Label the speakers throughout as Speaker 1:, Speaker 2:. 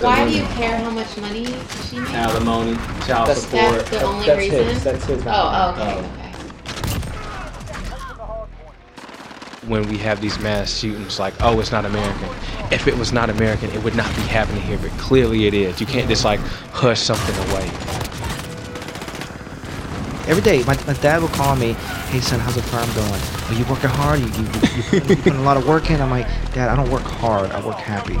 Speaker 1: Why do you care how much money she makes?
Speaker 2: alimony, child
Speaker 3: That's-
Speaker 1: That's
Speaker 2: support.
Speaker 1: the only
Speaker 3: That's
Speaker 1: reason?
Speaker 3: his, that's his.
Speaker 1: Oh,
Speaker 3: not mine.
Speaker 1: okay,
Speaker 2: Oh.
Speaker 1: okay.
Speaker 4: when we have these mass shootings like oh it's not american if it was not american it would not be happening here but clearly it is you can't just like hush something away
Speaker 3: Every day, my, my dad will call me, hey son, how's the farm going? Are you working hard? You, you, you, you, putting, you putting a lot of work in? I'm like, dad, I don't work hard, I work happy.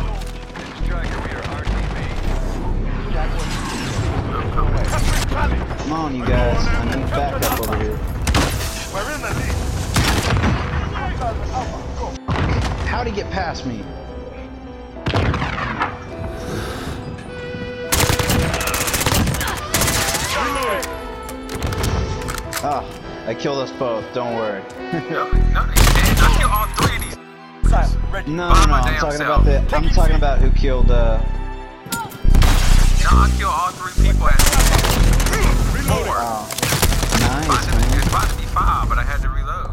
Speaker 5: Come on, you guys. I need backup over here. How'd he get past me? Ah, I killed us both. Don't worry. No, no, no. I'm talking about the. I'm talking about who killed. Uh,
Speaker 6: I kill all three people at Four.
Speaker 5: wow. Nice, man.
Speaker 6: It's about to be five, but I had to reload.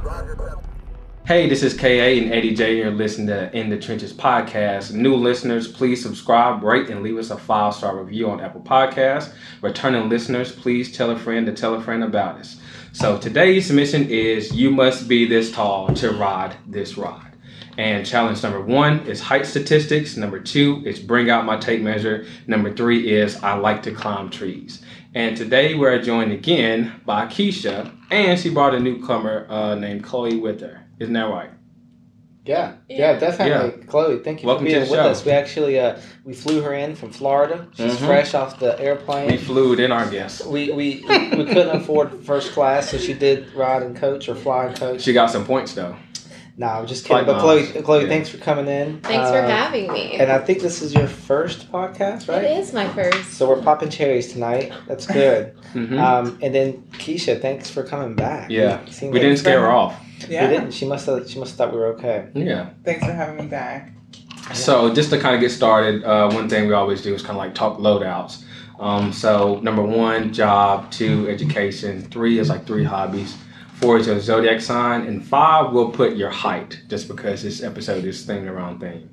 Speaker 2: Hey, this is KA and Eddie J. You're listening to In the Trenches podcast. New listeners, please subscribe, rate, and leave us a five star review on Apple Podcasts. Returning listeners, please tell a friend to tell a friend about us. So today's submission is You Must Be This Tall to Ride This Rod. And challenge number one is height statistics. Number two is bring out my tape measure. Number three is I like to climb trees. And today we are joined again by Keisha, and she brought a newcomer uh, named Chloe with her. Isn't that right?
Speaker 3: Yeah, yeah, definitely. Chloe, thank you
Speaker 2: Welcome
Speaker 3: for
Speaker 2: to
Speaker 3: being
Speaker 2: the
Speaker 3: with
Speaker 2: show.
Speaker 3: us. We actually uh, we flew her in from Florida. She's
Speaker 2: Mhm.
Speaker 3: fresh off the
Speaker 2: We
Speaker 3: airplane.
Speaker 2: flew in our guests.
Speaker 3: We we, we couldn't afford first class, so she did ride and coach or fly and coach.
Speaker 2: She got some points though.
Speaker 3: No, I'm just
Speaker 2: Flight
Speaker 3: kidding. But Chloe,
Speaker 2: miles.
Speaker 3: Chloe,
Speaker 2: Yeah.
Speaker 3: thanks for coming in.
Speaker 1: Thanks for
Speaker 3: Uh,
Speaker 1: having me.
Speaker 3: And I think this is your first podcast, right?
Speaker 1: It is my first.
Speaker 3: So we're popping cherries tonight. That's good.
Speaker 2: Mhm.
Speaker 3: um, and then Keisha, thanks for coming back.
Speaker 2: Yeah.
Speaker 3: You seem
Speaker 2: we
Speaker 3: like-
Speaker 2: didn't scare her off.
Speaker 3: We didn't. She must have. She must have thought we were okay.
Speaker 2: Yeah.
Speaker 7: Thanks for having me back.
Speaker 2: So just to kind of get started, uh, one thing we always do is kind of like talk loadouts. Um, so number one, job. Two, education. Three is like three hobbies. Four is your zodiac sign, and five we'll put your height, just because this episode is themed around theme.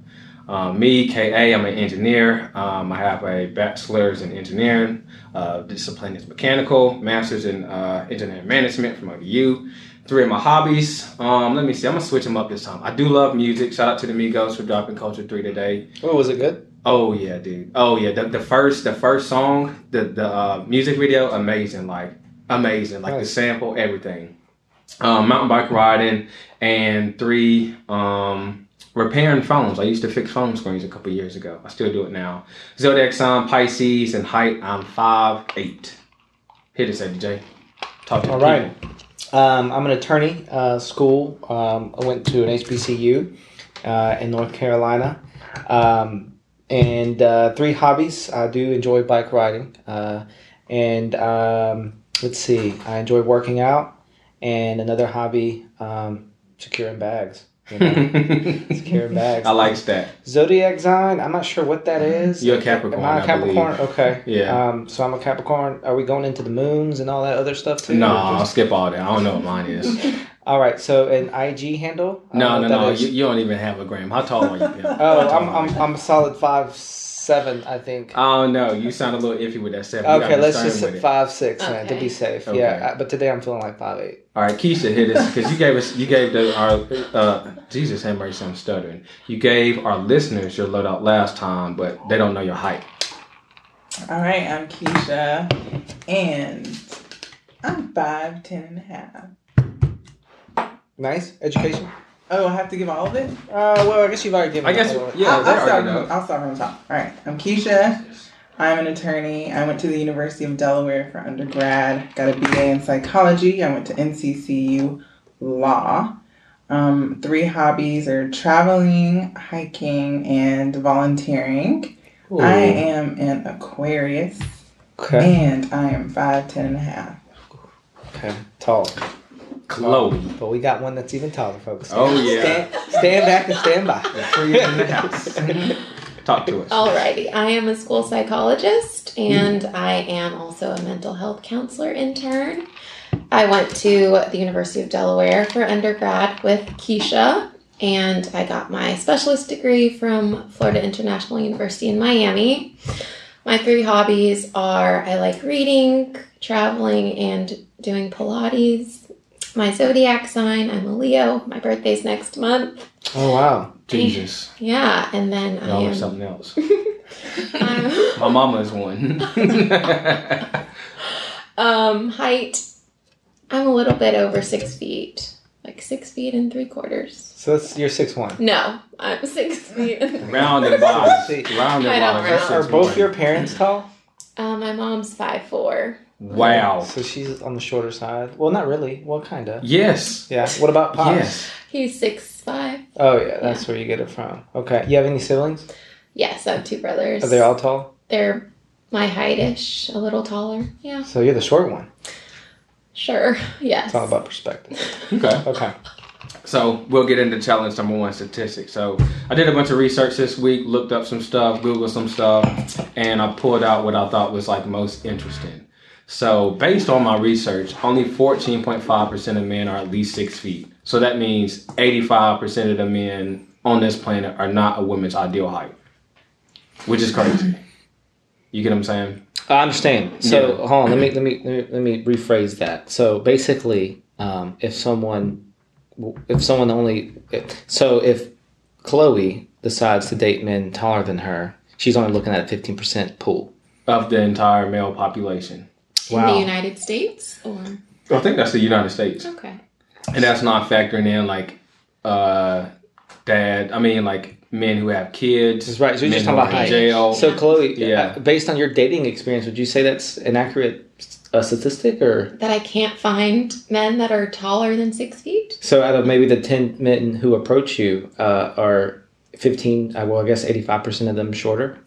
Speaker 2: Um, me, Ka, I'm an engineer. Um, I have a bachelor's in engineering. Uh, discipline is mechanical. Master's in uh, engineering management from ODU. Three of my hobbies. Um, let me see. I'm gonna switch them up this time. I do love music. Shout out to the Migos for dropping Culture Three today.
Speaker 3: Oh, was it good?
Speaker 2: Oh yeah, dude. Oh yeah. The, the first, the first song, the the uh, music video, amazing. Like amazing. Like the
Speaker 3: Nice.
Speaker 2: sample, everything. Um, mountain bike riding, and three. Um, repairing phones. I used to fix phone screens a couple years ago. I still do it now. Zodiac sign, Pisces, and height. I'm five eight. Hit us, Eddie J. Talk to
Speaker 3: All
Speaker 2: the
Speaker 3: right.
Speaker 2: people.
Speaker 3: Um, I'm an attorney. Uh, school. Um, I went to an HBCU uh, in North Carolina. Um, and uh, three hobbies. I do enjoy bike riding. Uh, and um, let's see. I enjoy working out. And another hobby, um, securing bags. You know? securing bags.
Speaker 2: I likes that.
Speaker 3: Zodiac sign. I'm not sure what that is.
Speaker 2: You're a Capricorn.
Speaker 3: Am I a
Speaker 2: I
Speaker 3: Capricorn? Okay.
Speaker 2: Yeah.
Speaker 3: Um, so I'm a Capricorn. Are we going into the moons and all that other stuff too?
Speaker 2: believe. No,
Speaker 3: Or
Speaker 2: I'll
Speaker 3: just-
Speaker 2: skip all that. I don't know what mine is.
Speaker 3: All right. So an IG handle. I
Speaker 2: No,
Speaker 3: don't
Speaker 2: no,
Speaker 3: know what
Speaker 2: no.
Speaker 3: Oh, that is.
Speaker 2: You, you don't even have a gram. How tall are you, Pim?
Speaker 3: oh, I'm, I'm I'm a solid five seven, I think.
Speaker 2: Oh no, you sound a little iffy with that seven. You gotta
Speaker 3: okay,
Speaker 2: be
Speaker 3: let's
Speaker 2: stern
Speaker 3: just
Speaker 2: with
Speaker 3: sit
Speaker 2: it.
Speaker 3: five six man, to
Speaker 1: Okay.
Speaker 3: be safe.
Speaker 2: Okay.
Speaker 3: Yeah. I- But today I'm feeling like five eight.
Speaker 2: All right, Keisha, hit us because you gave us you gave the our uh, Jesus have mercy, I'm stuttering. You gave our listeners your loadout last time, but they don't know your height.
Speaker 7: All right, I'm Keisha, and I'm five, ten and a half.
Speaker 3: Nice education.
Speaker 7: Oh, I have to give all of it?
Speaker 3: Uh, well, I guess you've already given.
Speaker 2: I guess
Speaker 3: that one. Oh,
Speaker 2: yeah,
Speaker 7: I'll,
Speaker 2: they
Speaker 7: I'll, start
Speaker 2: already
Speaker 7: from,
Speaker 2: know.
Speaker 7: I'll start from the top. All right, I'm Keisha. I'm an attorney. I went to the University of Delaware for undergrad, got a BA in psychology. I went to NCCU Law. Um, three hobbies are traveling, hiking, and volunteering.
Speaker 3: Ooh.
Speaker 7: I am an Aquarius,
Speaker 3: Okay.
Speaker 7: and I am five, ten and a half.
Speaker 3: Okay. Tall.
Speaker 2: Chloe.
Speaker 3: But we got one that's even taller, folks.
Speaker 2: Oh yeah.
Speaker 3: Stand, stand back and stand by.
Speaker 2: The tree is in the house. Talk to
Speaker 1: Oh,
Speaker 2: us.
Speaker 1: Alrighty, I am a school psychologist and I am also a mental health counselor intern. I went to the University of Delaware for undergrad with Keisha and I got my specialist degree from Florida International University in Miami. My three hobbies are I like reading, traveling, and doing Pilates. My zodiac sign, I'm a Leo. My birthday's next month.
Speaker 3: Oh wow.
Speaker 2: Jesus,
Speaker 1: Yeah, and then I
Speaker 2: y'all are
Speaker 1: am,
Speaker 2: something else.
Speaker 1: I'm
Speaker 2: My mama is one.
Speaker 1: um, height. I'm a little bit over six feet, like six feet and three quarters.
Speaker 3: So that's you're six one.
Speaker 1: No, I'm six feet. and-
Speaker 2: round and box, round
Speaker 1: I
Speaker 2: and
Speaker 1: don't
Speaker 2: box.
Speaker 1: know.
Speaker 2: That's
Speaker 3: Are
Speaker 2: just
Speaker 3: both
Speaker 2: one.
Speaker 3: your parents tall?
Speaker 1: Uh, my mom's five four.
Speaker 2: wow?
Speaker 3: So she's on the shorter side. Well, not really. Well, kinda.
Speaker 2: Yes,
Speaker 3: Yeah. What about pops?
Speaker 2: yes.
Speaker 1: He's six five.
Speaker 3: Oh yeah, that's where you get it from. Okay. You have any siblings?
Speaker 1: Yes, I have two brothers.
Speaker 3: Are they all tall?
Speaker 1: They're my heightish, a little taller. Yeah,
Speaker 3: So you're the short one.
Speaker 1: sure. Yes.
Speaker 3: It's all about perspective.
Speaker 2: Okay.
Speaker 3: Okay.
Speaker 2: So we'll get into challenge number one statistics. So I did a bunch of research this week, looked up some stuff, Googled some stuff, and I pulled out what I thought was like most interesting. So based on my research, only 14.5% of men are at least six feet. So that means 85% of the men on this planet are not a woman's ideal height, which is crazy. You get what I'm saying?
Speaker 3: I understand. So
Speaker 2: Yeah.
Speaker 3: hold on, let me let me let me- let me rephrase that. So basically, um, if someone if someone only so if Chloe decides to date men taller than her, she's only looking at a fifteen percent pool.
Speaker 2: Of the entire male population.
Speaker 1: In the United States, or
Speaker 2: I think that's the United States.
Speaker 1: okay,
Speaker 2: and that's not factoring in like uh dad i mean like men who have kids
Speaker 3: That's right. So you're just
Speaker 2: men
Speaker 3: talking
Speaker 2: who
Speaker 3: about
Speaker 2: are in
Speaker 3: height.
Speaker 2: jail
Speaker 3: So Chloe,
Speaker 2: Yeah.
Speaker 3: uh, based on your dating experience, would you say that's an accurate uh, statistic, or
Speaker 1: that I can't find men that are taller than six feet.
Speaker 3: so out of maybe the ten men who approach you uh, are fifteen? Uh, well, I guess eighty five percent of them shorter.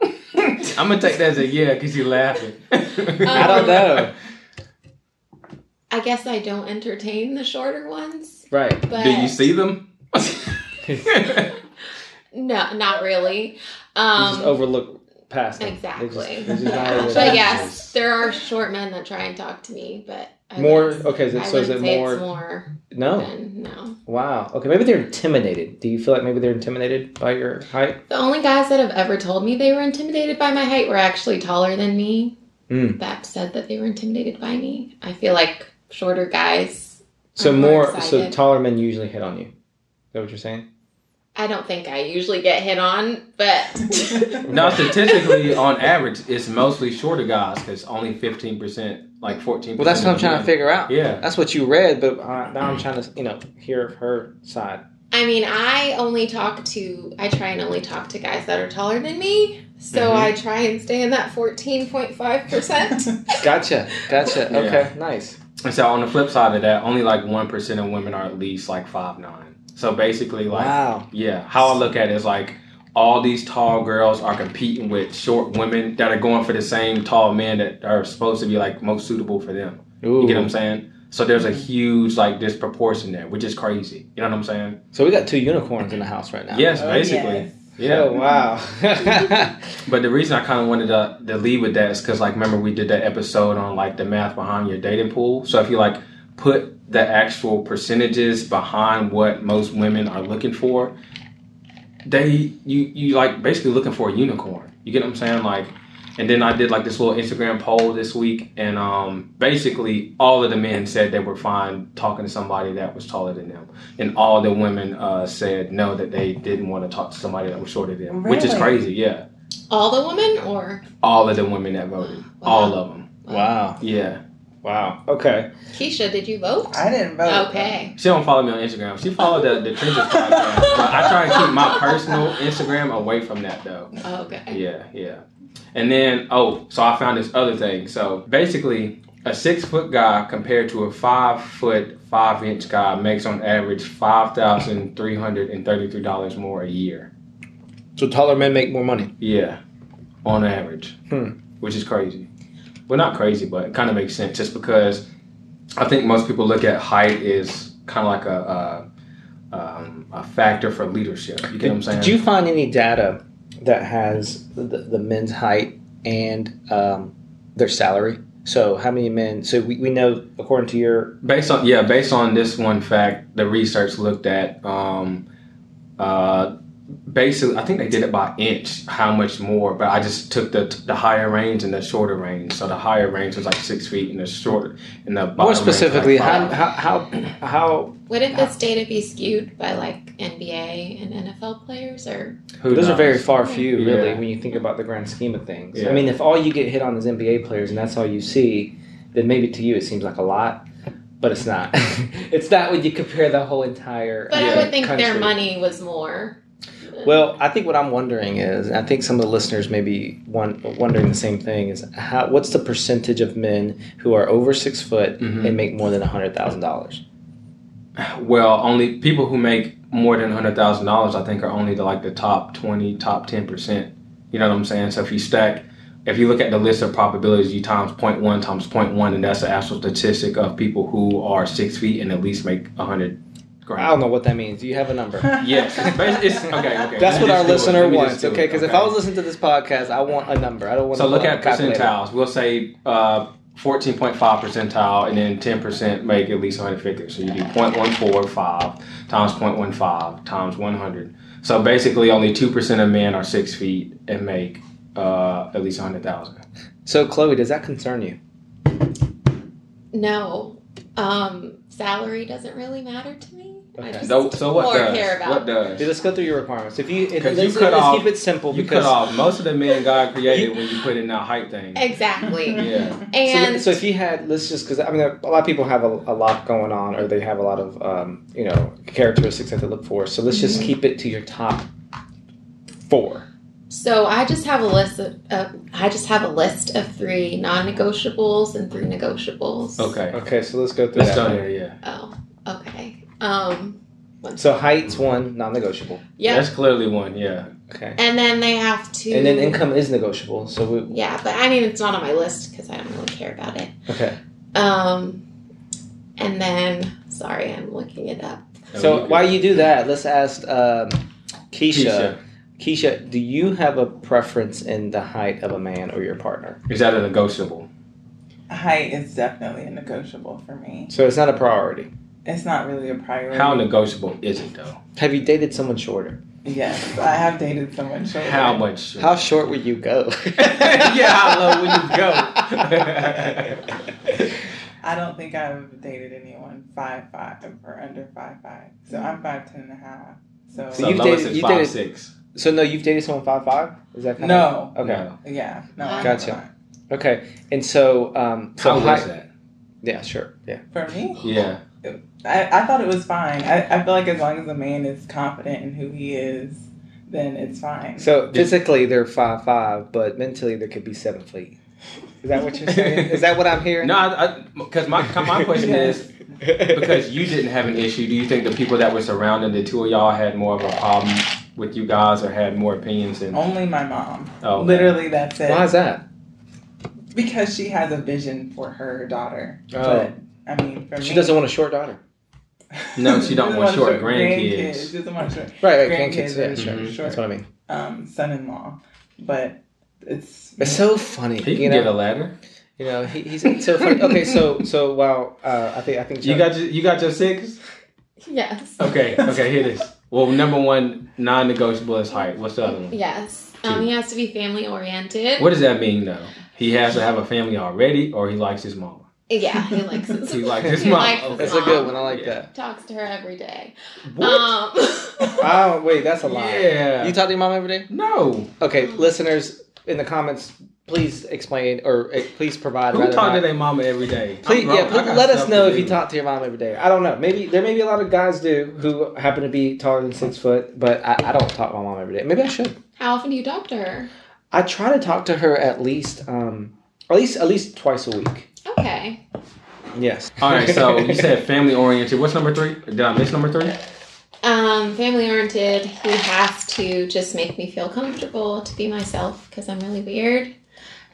Speaker 2: i'm gonna take that as a yeah because you're laughing
Speaker 3: I don't know.
Speaker 1: I guess I don't entertain the shorter ones,
Speaker 3: Right.
Speaker 1: but
Speaker 2: do you see them
Speaker 1: no, not really.
Speaker 3: You
Speaker 1: Um,
Speaker 3: just overlook past them.
Speaker 1: exactly.
Speaker 3: They just- they just not
Speaker 1: Yeah.
Speaker 3: even-
Speaker 1: But yes, there are short men that try and talk to me, but I
Speaker 3: More-
Speaker 1: wouldn't-
Speaker 3: okay, is it-
Speaker 1: I
Speaker 3: so is
Speaker 1: wouldn't
Speaker 3: it
Speaker 1: say
Speaker 3: more-
Speaker 1: It's more
Speaker 3: No.
Speaker 1: than no.
Speaker 3: Wow. Okay. Maybe they're intimidated. Do you feel like maybe they're intimidated by your height?
Speaker 1: The only guys that have ever told me they were intimidated by my height were actually taller than me.
Speaker 3: Mm.
Speaker 1: That said, that they were intimidated by me. I feel like shorter guys.
Speaker 3: So
Speaker 1: are
Speaker 3: more. So
Speaker 1: excited.
Speaker 3: taller men usually hit on you. Is that what you're saying?
Speaker 1: I don't think I usually get hit on, but
Speaker 2: now statistically on average it's mostly shorter guys because only 15% like 14
Speaker 3: Well, that's what I'm trying to figure out.
Speaker 2: yeah
Speaker 3: That's what you read, but uh, now I'm trying to, you know, hear her side.
Speaker 1: I mean, I only talk to, I try and only talk to guys that are taller than me. So
Speaker 2: Mhm.
Speaker 3: Mm-hmm.
Speaker 1: I try and stay in that 14.5%.
Speaker 3: Gotcha. Gotcha.
Speaker 2: Yeah.
Speaker 3: Okay. Nice.
Speaker 2: and so on the flip side of that only like 1% of women are at least like 5'9 so basically like
Speaker 3: Wow.
Speaker 2: Yeah, how I look at it is like all these tall girls are competing with short women that are going for the same tall men that are supposed to be like most suitable for them.
Speaker 3: Ooh.
Speaker 2: You get what I'm saying? So there's a huge like disproportion there, which is crazy. You know what I'm saying?
Speaker 3: So we got two unicorns in the house right now.
Speaker 2: Yes,
Speaker 7: Oh,
Speaker 2: basically. Yeah.
Speaker 3: Oh wow.
Speaker 2: But the reason I kind of wanted to, to lead with that is because, like, remember we did that episode on like the math behind your dating pool. So if you like put the actual percentages behind what most women are looking for, they you you like basically looking for a unicorn. You get what I'm saying? Like, and then I did like this little Instagram poll this week, and um, basically all of the men said they were fine talking to somebody that was taller than them, and all the women uh, said no that they didn't want to talk to somebody that was shorter than them, which is
Speaker 7: Really?
Speaker 2: crazy. Yeah
Speaker 1: All the women or
Speaker 2: all of the women that voted. All of them.
Speaker 3: wow.
Speaker 2: Yeah.
Speaker 3: Wow. Okay.
Speaker 1: Keisha, did you vote?
Speaker 7: I didn't vote.
Speaker 1: Okay.
Speaker 2: She don't follow me on Instagram. She followed the, the Trenches podcast. But I try to keep my personal Instagram away from that though.
Speaker 1: Okay.
Speaker 2: Yeah, yeah. And then oh, so I found this other thing. So basically, a six foot guy compared to a five foot five inch guy makes on average five thousand three hundred and thirty three dollars more a year.
Speaker 3: So taller men make more money.
Speaker 2: Yeah, on average,
Speaker 3: Hmm.
Speaker 2: which is crazy. Well, not crazy, but it kind of makes sense just because I think most people look at height is kind of like a a, um, a factor for leadership. You get what I'm saying?
Speaker 3: Did you find any data that has the, the men's height and um, their salary? So how many men? So we, we know according to your
Speaker 2: Based on yeah, based on this one fact, the research looked at um, uh, basically. I think they did it by inch, how much more. But I just took the the higher range and the shorter range. So the higher range was like six feet, and the short and the bottom
Speaker 3: more
Speaker 2: range was, like,
Speaker 3: specifically how,
Speaker 2: five.
Speaker 3: how how how
Speaker 1: Wouldn't this data be skewed by like NBA and NFL players or
Speaker 2: Who
Speaker 3: those are
Speaker 2: knows?
Speaker 3: very far few really
Speaker 2: Yeah.
Speaker 3: when you think about the grand scheme of things. I
Speaker 2: Yeah.
Speaker 3: mean, if all you get hit on is NBA players and that's all you see, then maybe to you it seems like a lot, but it's not. it's not when you compare the whole entire.
Speaker 1: But
Speaker 2: Yeah,
Speaker 1: I would think
Speaker 3: country.
Speaker 1: their money was more.
Speaker 3: Well, I think what I'm wondering is, and I think some of the listeners may be won- wondering the same thing: is how, what's the percentage of men who are over six foot
Speaker 2: Mhm.
Speaker 3: and make more than hundred thousand dollars?
Speaker 2: Well, only people who make more than hundred thousand dollars, I think, are only the, like the top twenty, top ten percent. You know what I'm saying? So if you stack, if you look at the list of probabilities, you times 0.1 times 0.1, and that's the actual statistic of people who are six feet and at least make a hundred
Speaker 3: I
Speaker 2: grand.
Speaker 3: don't know what that means. Do you have a number?
Speaker 2: Yes, it's, basi- it's okay. Okay, Let
Speaker 3: That's what
Speaker 2: me
Speaker 3: our
Speaker 2: just do it.
Speaker 3: listener
Speaker 2: Let me just
Speaker 3: wants,
Speaker 2: do it,
Speaker 3: okay? Because if I was listening to this podcast, I want a number. I don't want.
Speaker 2: so
Speaker 3: to
Speaker 2: look at
Speaker 3: calculator.
Speaker 2: percentiles. We'll say uh, 14.5 percentile, and then 10 percent make at least 150. So you do 0.145 times 0.15 times 100. So basically, only two percent of men are six feet and make uh, at least 100,000.
Speaker 3: So, Chloe, does that concern you?
Speaker 1: No, um, salary doesn't really matter to me. I
Speaker 3: Okay.
Speaker 1: just
Speaker 2: So, so what
Speaker 1: more
Speaker 2: does?
Speaker 1: care about
Speaker 2: What does?
Speaker 3: Dude, let's go through your requirements. If you, if,
Speaker 2: 'Cause
Speaker 3: let's,
Speaker 2: you cut
Speaker 3: let's
Speaker 2: off-
Speaker 3: keep it simple
Speaker 2: You
Speaker 3: because.
Speaker 2: cut off most of the men God created when you put in that height thing.
Speaker 1: exactly.
Speaker 2: Yeah.
Speaker 1: And
Speaker 3: so, so if you had, let's just because I mean a lot of people have a, a lot going on, or they have a lot of um, you know characteristics that they look for. So let's just keep it to your top four.
Speaker 1: So I just have a list of uh, I just have a list of three non-negotiables and three negotiables.
Speaker 2: Okay.
Speaker 3: Okay, so let's go through
Speaker 2: Let's
Speaker 3: that.
Speaker 2: go there. Yeah.
Speaker 1: Oh, okay. Um,
Speaker 3: So height's one non-negotiable.
Speaker 1: yeah.
Speaker 2: That's clearly one. Yeah.
Speaker 3: Okay,
Speaker 1: And then they have to.
Speaker 3: and then income is negotiable. So we
Speaker 1: Yeah, but I mean it's not on my list because I don't really care about it.
Speaker 3: okay.
Speaker 1: Um, and then sorry, I'm looking it up.
Speaker 2: we
Speaker 3: So
Speaker 2: could-
Speaker 3: while you do that, let's ask um, Keisha.
Speaker 2: Keisha.
Speaker 3: Keisha, do you have a preference in the height of a man or your partner?
Speaker 2: Is that a negotiable?
Speaker 7: Height is definitely a negotiable for me.
Speaker 3: So it's not a priority.
Speaker 7: It's not really a priority.
Speaker 2: How negotiable is it though?
Speaker 3: Have you dated someone shorter?
Speaker 7: Yes, I have dated someone shorter.
Speaker 2: How much?
Speaker 3: How short would you go?
Speaker 2: yeah, how low would you go?
Speaker 7: I don't think I've dated anyone five five or under five five. So I'm five ten and a half. So,
Speaker 2: so you
Speaker 3: you've dated-
Speaker 2: lowest is
Speaker 3: you
Speaker 2: five
Speaker 3: dated-
Speaker 2: six.
Speaker 3: So no, you've dated someone five five? Is that kind of-
Speaker 7: no,
Speaker 3: okay?
Speaker 7: yeah, no, I
Speaker 3: Gotcha.
Speaker 7: have
Speaker 3: Okay, and so um, so
Speaker 2: How
Speaker 3: height-
Speaker 2: was that?
Speaker 3: Yeah, sure. Yeah,
Speaker 7: not. For me,
Speaker 2: Yeah.
Speaker 7: I, I thought it was fine. I, I feel like as long as a man is confident in who he is, then it's fine.
Speaker 3: so physically they're five five, but mentally they could be seven feet. Is that what you're saying? Is that what I'm hearing?
Speaker 2: No, because my my question is because you didn't have an issue. Do you think the people that were surrounding the two of y'all had more of a problem with you guys or had more opinions than?
Speaker 7: Only my mom.
Speaker 2: Oh,
Speaker 7: Literally, that's it.
Speaker 3: why is that?
Speaker 7: Because she has a vision for her daughter.
Speaker 3: Oh.
Speaker 7: But I mean, for
Speaker 3: She
Speaker 7: me,
Speaker 3: doesn't want a short daughter.
Speaker 2: No, she don't
Speaker 7: doesn't
Speaker 2: want short grandkids.
Speaker 7: She doesn't want short,
Speaker 3: Right, right.
Speaker 7: Grandkids
Speaker 3: Grandkids. Yeah,
Speaker 7: and
Speaker 3: sure.
Speaker 7: short-
Speaker 3: That's what I mean.
Speaker 7: um, son-in-law, but it's
Speaker 3: It's so funny.
Speaker 2: He can
Speaker 3: you
Speaker 2: get a
Speaker 3: know,
Speaker 2: ladder.
Speaker 3: you know, he, he's it's so funny. Okay, so so wow, uh, I think I think
Speaker 2: You got your, you got your six.
Speaker 1: Yes.
Speaker 2: Okay, okay. Here it is. Well, number one non-negotiable is height. What's the other one?
Speaker 1: Yes. Um, he has to be family oriented.
Speaker 2: What does that mean though? He has to have a family already, or he likes his mama.
Speaker 1: Yeah, he likes his.
Speaker 2: He likes his
Speaker 1: He
Speaker 2: mom.
Speaker 1: likes his
Speaker 3: That's a
Speaker 1: mom.
Speaker 3: good one. I like
Speaker 2: Yeah.
Speaker 1: Talks to her every day.
Speaker 2: What?
Speaker 1: Um,
Speaker 3: that. Oh wait, that's a lie.
Speaker 2: Yeah.
Speaker 3: You talk to your mom every day?
Speaker 2: no.
Speaker 3: Okay, listeners in the comments, please explain or uh, please provide.
Speaker 2: Who
Speaker 3: rather
Speaker 2: talk to
Speaker 3: not-
Speaker 2: their mama every day? I'm
Speaker 3: Please,
Speaker 2: grown.
Speaker 3: yeah,
Speaker 2: I
Speaker 3: please
Speaker 2: got
Speaker 3: let us
Speaker 2: stuff
Speaker 3: know
Speaker 2: to
Speaker 3: if you
Speaker 2: do.
Speaker 3: talk to your mom every day. I don't know. Maybe there may be a lot of guys do who happen to be taller than six foot, but I, I don't talk to my mom every day. Maybe I should.
Speaker 1: how often do you talk to her?
Speaker 3: I try to talk to her at least, um, at least, at least twice a week.
Speaker 1: Okay.
Speaker 3: Yes.
Speaker 2: All right, so you said family oriented. What's number three? Did I miss number three?
Speaker 1: Um, family oriented. He has to just make me feel comfortable to be myself because I'm really weird.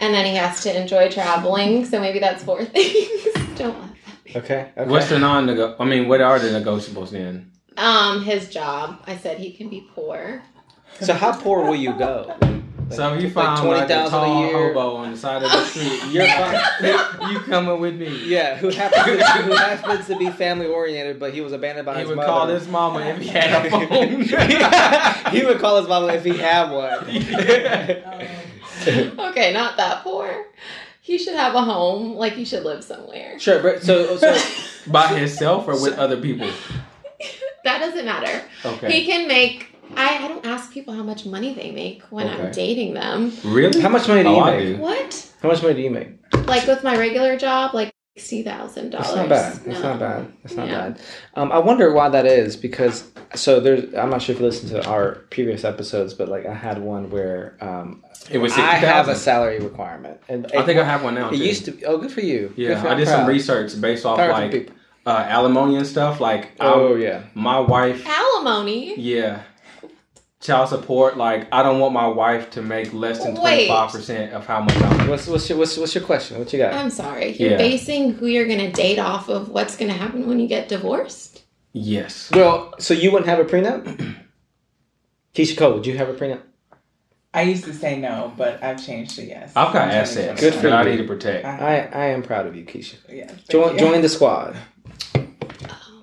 Speaker 1: And then he has to enjoy traveling. So maybe that's four things. Don't laugh.
Speaker 3: okay. okay.
Speaker 2: What's the non nego I mean, what are the negotiables then?
Speaker 1: Um, his job. I said he can be poor.
Speaker 3: so how poor will you go?
Speaker 2: So if you
Speaker 3: Like
Speaker 2: find like, a
Speaker 3: 20,000 a
Speaker 2: tall
Speaker 3: year.
Speaker 2: hobo on the side of the street, you're fine. you coming with me?
Speaker 3: Yeah, who happens to, who happens to be family oriented, but he was abandoned by
Speaker 2: He
Speaker 3: his
Speaker 2: would
Speaker 3: mother.
Speaker 2: call his mama if he had a phone.
Speaker 3: he would call his mama if he had one.
Speaker 1: okay, not that poor. He should have a home. Like he should live somewhere.
Speaker 3: Sure, but so so
Speaker 2: By himself or with other people?
Speaker 1: That doesn't matter. He
Speaker 2: Okay.
Speaker 1: can make. I, I don't ask people how much money they make when I'm
Speaker 2: Okay.
Speaker 1: dating them.
Speaker 2: Really?
Speaker 3: how much money do you
Speaker 2: Oh, I
Speaker 3: make?
Speaker 2: do.
Speaker 1: What?
Speaker 3: How much money do you make?
Speaker 1: Like with my regular job, like sixty thousand dollars.
Speaker 3: That's not bad. That's not bad. That's not bad. Um, I wonder why that is because so there's. I'm not sure if you listened to our previous episodes, but like I had one where um,
Speaker 2: It was
Speaker 3: I have a
Speaker 2: 60,000.
Speaker 3: salary requirement, and
Speaker 2: I think I have one now.
Speaker 3: it
Speaker 2: too.
Speaker 3: used to. Be, oh, good for you. Good
Speaker 2: Yeah,
Speaker 3: for,
Speaker 2: I
Speaker 3: I'm
Speaker 2: did some
Speaker 3: proud.
Speaker 2: research based off
Speaker 3: Proud of
Speaker 2: like
Speaker 3: people.
Speaker 2: uh, alimony and stuff. Like, I-
Speaker 3: Oh yeah.
Speaker 2: my wife
Speaker 1: Alimony.
Speaker 2: Yeah. Child support, like I don't want my wife to make less than twenty
Speaker 1: Wait.
Speaker 2: five percent of how much I make.
Speaker 3: What's what's your what's, what's your question? What you got?
Speaker 1: I'm sorry. You're
Speaker 2: Yeah.
Speaker 1: basing who you're gonna date off of what's gonna happen when you get divorced.
Speaker 2: Yes.
Speaker 3: Well, so you wouldn't have a prenup? Keisha Cole, would you have a prenup?
Speaker 7: I used to say no, but I've changed to yes.
Speaker 2: I've got
Speaker 7: I'm
Speaker 2: assets
Speaker 3: Good for
Speaker 2: that I
Speaker 3: you.
Speaker 2: need to protect.
Speaker 7: Uh-huh.
Speaker 3: I, I am proud of you, Keisha.
Speaker 7: Yeah, thank
Speaker 3: Join,
Speaker 7: you.
Speaker 3: join the squad.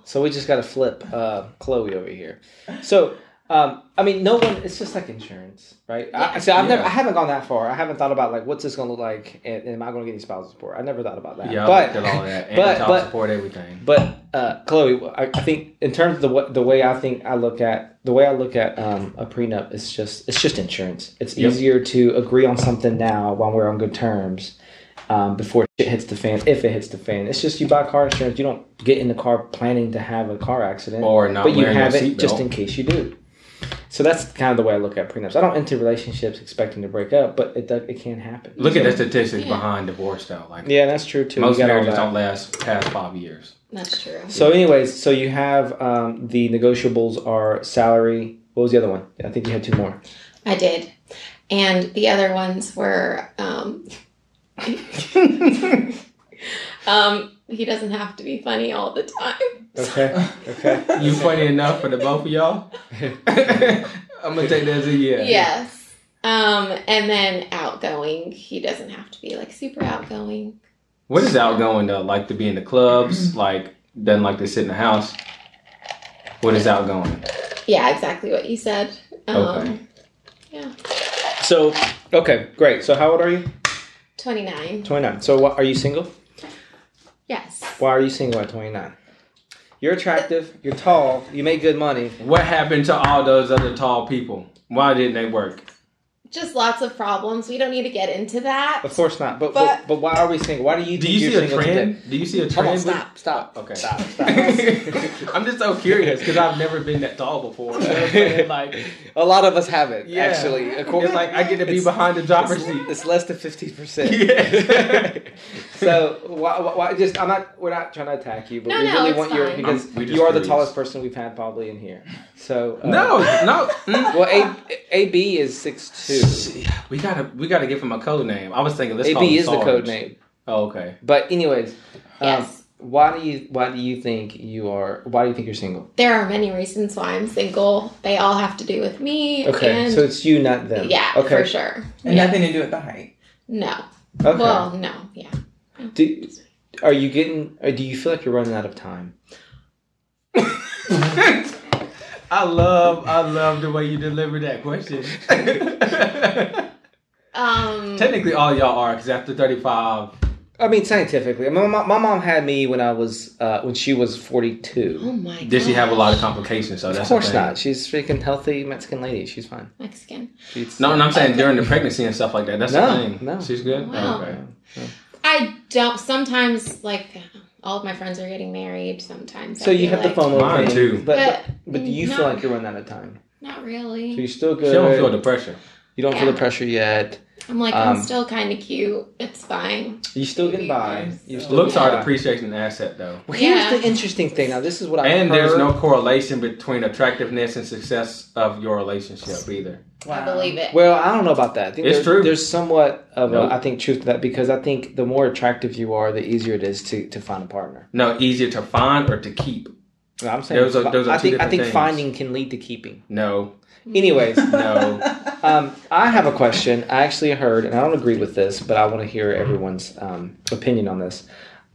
Speaker 3: So we just got to flip uh, Chloe over here. So um, I mean, no one. It's just like insurance, right? I, so I've never,
Speaker 2: Yeah.
Speaker 3: I haven't gone that far. I haven't thought about like what's this going to look like, and, and am I going to get any spousal support? I never thought about that.
Speaker 2: Yeah, I
Speaker 3: but
Speaker 2: looked at all that. And
Speaker 3: but-
Speaker 2: child
Speaker 3: but-
Speaker 2: support, everything.
Speaker 3: But uh, Chloe, I, I think in terms of the wa- the way I think I look at the way I look at um, a prenup is just it's just insurance. It's
Speaker 2: Yep.
Speaker 3: easier to agree on something now while we're on good terms um, before shit hits the fan. If it hits the fan, it's just you buy car insurance. You don't get in the car planning to have a car accident,
Speaker 2: Or not
Speaker 3: but you
Speaker 2: wearing your
Speaker 3: have it just
Speaker 2: seatbelt.
Speaker 3: in case you do. So that's kind of the way I look at prenups. I don't enter relationships expecting to break up, but it does, it can happen.
Speaker 2: Look at
Speaker 3: So-
Speaker 2: the statistics
Speaker 1: Yeah.
Speaker 2: behind divorce though. Like
Speaker 3: Yeah, that's true too. You
Speaker 2: most
Speaker 3: got all
Speaker 2: marriages
Speaker 3: that.
Speaker 2: don't last past five years.
Speaker 1: That's true.
Speaker 3: So, anyways, so you have um, the negotiables are salary. What was the other one? I think you had two more.
Speaker 1: I did, and the other ones were. Um, um, he doesn't have to be funny all the time.
Speaker 3: Okay. Okay.
Speaker 2: You funny enough for the both of y'all? I'm gonna take that as a yeah.
Speaker 1: Yes. Um, and then outgoing. He doesn't have to be like super outgoing.
Speaker 2: What is outgoing though? Like to be in the clubs, like doesn't like to sit in the house. What is outgoing?
Speaker 1: Yeah, exactly what you said. Um,
Speaker 2: Okay.
Speaker 3: so, okay, great. So, how old are you?
Speaker 1: 29.
Speaker 3: Twenty nine. So, what, are you single?
Speaker 1: Yes.
Speaker 3: Why are you single at twenty nine? You're attractive. You're tall. You make good money.
Speaker 2: What happened to all those other tall people? Why didn't they work?
Speaker 1: Just lots of problems. We don't need to get into that.
Speaker 3: Of course not. But but,
Speaker 1: But-
Speaker 3: but, why are we single? Why do you
Speaker 2: Do
Speaker 3: think
Speaker 2: you
Speaker 3: you're
Speaker 2: see a
Speaker 3: single
Speaker 2: trend?
Speaker 3: today?
Speaker 2: Do you see a
Speaker 3: Come
Speaker 2: trend?
Speaker 3: on,
Speaker 2: with-
Speaker 3: stop, stop.
Speaker 2: Okay.
Speaker 3: Stop. Stop.
Speaker 2: I'm just so curious because I've never been that tall before. You know what I'm saying? Like,
Speaker 3: a lot of us have it
Speaker 2: Yeah.
Speaker 3: actually. According,
Speaker 2: it's like I get to be behind the driver's seat.
Speaker 3: It's less than fifty percent.
Speaker 2: Yeah.
Speaker 3: so why, why, why just I'm not we're not trying to attack you, but
Speaker 1: No,
Speaker 3: we
Speaker 1: no,
Speaker 3: really
Speaker 1: it's
Speaker 3: want your
Speaker 1: fine.
Speaker 3: because
Speaker 2: I'm- Um, we just
Speaker 3: you are the
Speaker 2: curious.
Speaker 3: tallest person we've had probably in here. So uh,
Speaker 2: no, no. mm.
Speaker 3: Well, A A B is six Uh, two.
Speaker 2: Shit, We gotta, we gotta give him a code name. I was thinking, let's
Speaker 3: A
Speaker 2: call him
Speaker 3: B is the
Speaker 2: Sarge.
Speaker 3: code name.
Speaker 2: Oh, okay.
Speaker 3: But anyways,
Speaker 1: Yes.
Speaker 3: um, why do you why do you think you are why do you think you're single?
Speaker 1: there are many reasons why I'm single. They all have to do with me.
Speaker 3: Okay,
Speaker 1: And
Speaker 3: so it's you, not them.
Speaker 1: yeah,
Speaker 3: Okay.
Speaker 1: for sure.
Speaker 7: And
Speaker 1: Yeah.
Speaker 7: nothing to do with the height.
Speaker 1: No.
Speaker 3: Okay.
Speaker 1: Well, no. Yeah.
Speaker 3: do, are you getting? Or do you feel like you're running out of time?
Speaker 2: I love, I love the way you deliver that question.
Speaker 1: Um,
Speaker 2: Technically, all y'all are because after 35,
Speaker 3: I mean, scientifically, I mean, my, my mom had me when I was uh, when she was forty two.
Speaker 1: oh my god.
Speaker 2: did she have a lot of complications? So
Speaker 3: Of
Speaker 2: that's the
Speaker 3: course
Speaker 2: thing.
Speaker 3: not. She's freaking healthy Mexican lady. She's fine.
Speaker 1: Mexican.
Speaker 3: She's
Speaker 2: No, and I'm saying during the pregnancy and stuff like that. That's
Speaker 3: No,
Speaker 2: the thing.
Speaker 3: no.
Speaker 2: She's good.
Speaker 1: Wow.
Speaker 2: Okay.
Speaker 1: I don't. Sometimes, like, all of my friends are getting married. Sometimes. I
Speaker 3: So
Speaker 1: feel
Speaker 3: you have the
Speaker 1: like-
Speaker 3: phone
Speaker 2: Mine
Speaker 3: open,
Speaker 2: too.
Speaker 3: But, but
Speaker 1: But,
Speaker 3: but do you
Speaker 1: no,
Speaker 3: feel like you're running out of time?
Speaker 1: Not
Speaker 3: So
Speaker 1: really.
Speaker 3: you're still good.
Speaker 2: She don't feel the pressure.
Speaker 3: you don't feel the
Speaker 1: Yeah.
Speaker 3: pressure yet.
Speaker 1: I'm like,
Speaker 3: um,
Speaker 1: I'm still kind of cute. It's fine.
Speaker 3: You still getting by.
Speaker 7: Yes.
Speaker 3: You're still
Speaker 2: Looks
Speaker 3: getting
Speaker 2: are
Speaker 3: by.
Speaker 2: an appreciation asset though.
Speaker 3: Well, here's
Speaker 1: Yeah.
Speaker 3: the interesting thing. Now this is what I
Speaker 2: And
Speaker 3: heard.
Speaker 2: there's no correlation between attractiveness and success of your relationship either.
Speaker 1: I believe it.
Speaker 3: Well, I don't know about that. I think
Speaker 2: It's
Speaker 3: there's,
Speaker 2: true.
Speaker 3: There's somewhat of
Speaker 2: Nope.
Speaker 3: a, I think truth to that because I think the more attractive you are, the easier it is to, to find a partner.
Speaker 2: No, easier to find or to keep.
Speaker 3: No, I'm saying
Speaker 2: Those are- those are
Speaker 3: I
Speaker 2: two
Speaker 3: think I
Speaker 2: different
Speaker 3: think
Speaker 2: things.
Speaker 3: finding can lead to keeping.
Speaker 2: No,
Speaker 3: Anyways,
Speaker 2: no.
Speaker 3: Um, I have a question. I actually heard, and I don't agree with this, but I want to hear everyone's um, opinion on this.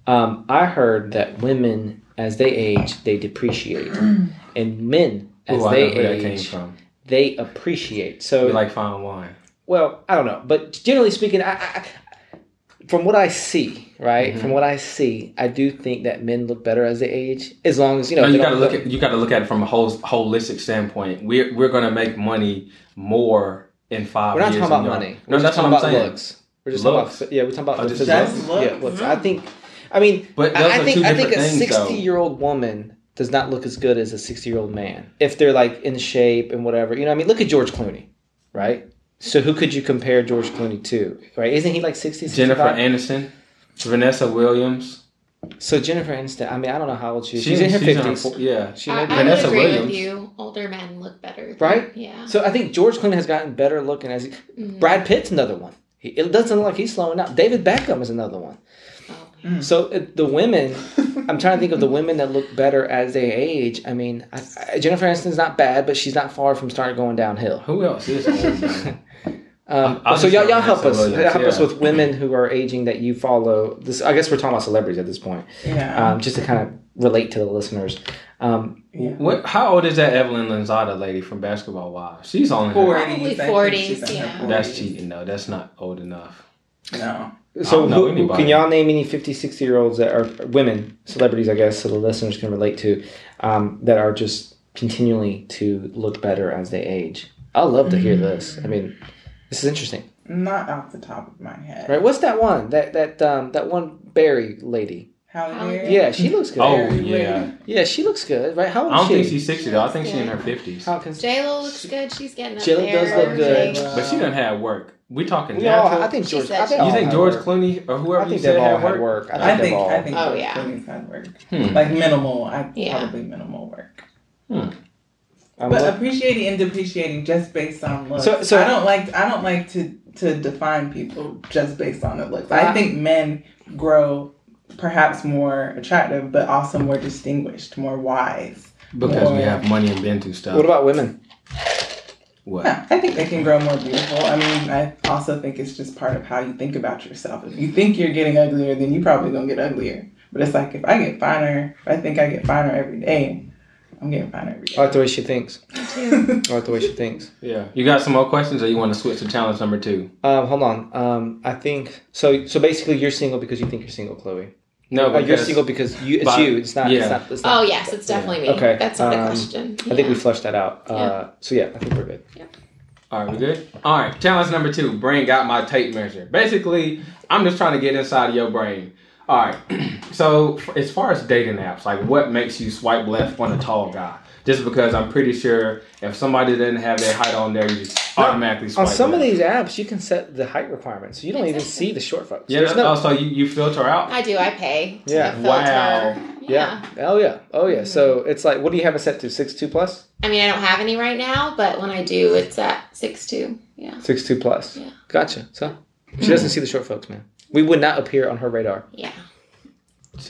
Speaker 3: Um, I heard that women, as they age, they depreciate, and men, as
Speaker 2: Ooh, I know
Speaker 3: they
Speaker 2: where that came
Speaker 3: age,
Speaker 2: from.
Speaker 3: they appreciate. So,
Speaker 2: We like fine wine.
Speaker 3: well, I don't know, but generally speaking, I, I, I- from what I see, right,
Speaker 2: Mm-hmm.
Speaker 3: from what I see, I do think that men look better as they age, as long as you know.
Speaker 2: No,
Speaker 3: they
Speaker 2: you
Speaker 3: don't
Speaker 2: gotta look at you gotta look at it from a whole holistic standpoint. We're we're gonna make money more in 5
Speaker 3: We're not
Speaker 2: years.
Speaker 3: talking about
Speaker 2: than y'all.
Speaker 3: money.
Speaker 2: No,
Speaker 3: we're
Speaker 2: that's
Speaker 3: just
Speaker 2: what
Speaker 3: talking
Speaker 2: I'm
Speaker 3: about
Speaker 2: saying.
Speaker 3: looks. We're just
Speaker 2: Looks.
Speaker 3: talking about yeah. We're talking about
Speaker 2: Oh,
Speaker 3: the
Speaker 2: just
Speaker 3: physical-
Speaker 7: looks? Just
Speaker 3: Yeah,
Speaker 7: looks.
Speaker 3: looks. I think. I mean,
Speaker 2: But those
Speaker 3: I, I
Speaker 2: are two
Speaker 3: think I think a
Speaker 2: different things, though.
Speaker 3: sixty-year-old woman does not look as good as a sixty-year-old man if they're like in shape and whatever. You know, what I mean, look at George Clooney, right? So who could you compare George Clooney to, right? Isn't he like 60,
Speaker 2: Jennifer
Speaker 3: 65?
Speaker 2: Anderson, Vanessa Williams.
Speaker 3: so Jennifer Aniston. I mean, I don't know how old she is.
Speaker 2: She-
Speaker 3: She's in her
Speaker 2: fo-
Speaker 3: fifties.
Speaker 2: Yeah.
Speaker 3: She
Speaker 1: I,
Speaker 3: may be-
Speaker 1: I would
Speaker 2: Vanessa
Speaker 1: agree with
Speaker 2: Williams.
Speaker 1: you. Older men look better, than-
Speaker 3: Right?
Speaker 1: Yeah.
Speaker 3: So I think George Clooney has gotten better looking as he,
Speaker 1: Mhm.
Speaker 3: Brad Pitt's another one. He, it doesn't look like he's slowing down. David Beckham is another one.
Speaker 1: Oh,
Speaker 3: So uh, the women, I'm trying to think of the women that look better as they age. I mean, I, I, Jennifer Aniston's not bad, but she's not far from starting going downhill.
Speaker 2: Who else is old, man?
Speaker 3: Um,
Speaker 2: I'll
Speaker 3: so
Speaker 2: just
Speaker 3: y'all,
Speaker 2: go
Speaker 3: y'all
Speaker 2: with
Speaker 3: help
Speaker 2: Vanessa
Speaker 3: us,
Speaker 2: Williams,
Speaker 3: help us
Speaker 2: yeah.
Speaker 3: with women who are aging that you follow. This, I guess, we're talking about celebrities at this point,
Speaker 7: Yeah.
Speaker 3: um, just to kind of relate to the listeners. Um,
Speaker 7: yeah.
Speaker 2: What? How old is that Evelyn Lanzada lady from Basketball Wives? She's only her-
Speaker 7: 40s.
Speaker 1: Probably
Speaker 7: I think
Speaker 1: 40s,
Speaker 7: she's in her
Speaker 1: yeah.
Speaker 2: That's cheating though. That's not old enough.
Speaker 7: No.
Speaker 3: so
Speaker 2: don't know
Speaker 3: who,
Speaker 2: anybody.
Speaker 3: can y'all name any 50, 60 year olds that are women celebrities? I guess so the listeners can relate to um, that are just continually to look better as they age. I love to hear this. I mean, this is interesting.
Speaker 7: Not off the top of my head.
Speaker 3: Right? What's that one? That that um that one berry lady.
Speaker 7: Halle
Speaker 1: Halle
Speaker 7: Berry?
Speaker 3: Yeah, she looks good.
Speaker 2: Oh yeah.
Speaker 3: Yeah, she looks good. Right? How old
Speaker 2: I don't
Speaker 3: is she?
Speaker 2: think she's sixty though. I think she's in her fifties.
Speaker 3: How can-
Speaker 1: J Lo looks good. She's getting up
Speaker 3: J-Lo
Speaker 1: there.
Speaker 3: does look good.
Speaker 1: Like,
Speaker 2: But she doesn't have work. We talking
Speaker 3: we all,
Speaker 2: natural?
Speaker 3: I think
Speaker 1: She
Speaker 3: George.
Speaker 1: said
Speaker 3: I
Speaker 1: she-
Speaker 3: think
Speaker 2: you
Speaker 3: all
Speaker 2: think
Speaker 3: had
Speaker 2: George
Speaker 3: work.
Speaker 2: Clooney or whoever
Speaker 3: I think
Speaker 2: you said
Speaker 3: they've all
Speaker 2: had
Speaker 3: had
Speaker 2: work?
Speaker 3: work. I think,
Speaker 7: I
Speaker 3: they've
Speaker 7: think
Speaker 3: all.
Speaker 7: I think
Speaker 1: Oh,
Speaker 7: both
Speaker 1: yeah.
Speaker 7: women's had work.
Speaker 2: Hmm.
Speaker 3: Mm-hmm.
Speaker 7: Like minimal, I
Speaker 1: Yeah.
Speaker 7: probably minimal work.
Speaker 3: I'm
Speaker 7: But
Speaker 3: look-
Speaker 7: appreciating and depreciating just based on looks.
Speaker 3: So- so-
Speaker 7: I don't like I don't like to to define people just based on their looks. I
Speaker 3: Ah.
Speaker 7: think men grow perhaps more attractive, but also more distinguished, more wise.
Speaker 2: Because we
Speaker 7: Or-
Speaker 2: have money and been through stuff.
Speaker 3: what about women?
Speaker 2: What?
Speaker 7: Yeah, I think they can grow more beautiful. I mean, I also think it's just part of how you think about yourself. If you think you're getting uglier, then you probably gonna get uglier. But it's like if I get finer, if I think I get finer every day, I'm getting finer every
Speaker 3: I
Speaker 7: day.
Speaker 3: like the way she thinks. I like the way she thinks.
Speaker 2: Yeah. You got some more questions, or you want to switch to challenge number two?
Speaker 3: Um, hold on. Um, I think so. So basically, you're single because you think you're single, Chloe.
Speaker 2: No,
Speaker 3: Oh,
Speaker 2: because
Speaker 3: you're single because you. It's
Speaker 2: But-
Speaker 3: you. It's not.
Speaker 2: yeah.
Speaker 3: It's not. It's not
Speaker 1: Oh yes, it's definitely me.
Speaker 3: Okay,
Speaker 1: That's not
Speaker 3: um,
Speaker 1: a question.
Speaker 3: I think
Speaker 1: Oh, Yeah.
Speaker 3: we flushed that out. Uh, so yeah, I think we're good.
Speaker 2: All right, we good? All right, challenge number two bring out my tape measure. Basically, I'm just trying to get inside of your brain. All right, so f- as far as dating apps, like what makes you swipe left on a tall guy? Just because I'm pretty sure if somebody didn't have their height on there, you just automatically
Speaker 3: On
Speaker 2: swipe
Speaker 3: some of
Speaker 2: left.
Speaker 3: these apps, you can set the height requirements, so you don't even
Speaker 1: Exactly.
Speaker 3: see the short folks.
Speaker 2: Yeah,
Speaker 3: There's no-
Speaker 2: oh, so you, you filter out?
Speaker 1: I do. I pay. to
Speaker 3: Yeah.
Speaker 1: filter.
Speaker 2: Wow.
Speaker 1: yeah.
Speaker 3: yeah. Oh yeah. Oh yeah. So
Speaker 1: Mm-hmm.
Speaker 3: it's like, what do you have it set to? Six two plus.
Speaker 1: I mean, I don't have any right now, but when I do, it's at six two. Yeah.
Speaker 3: Six two plus.
Speaker 1: Yeah.
Speaker 3: Gotcha. So she doesn't see the short folks, man. We would not appear on her radar.
Speaker 1: Yeah.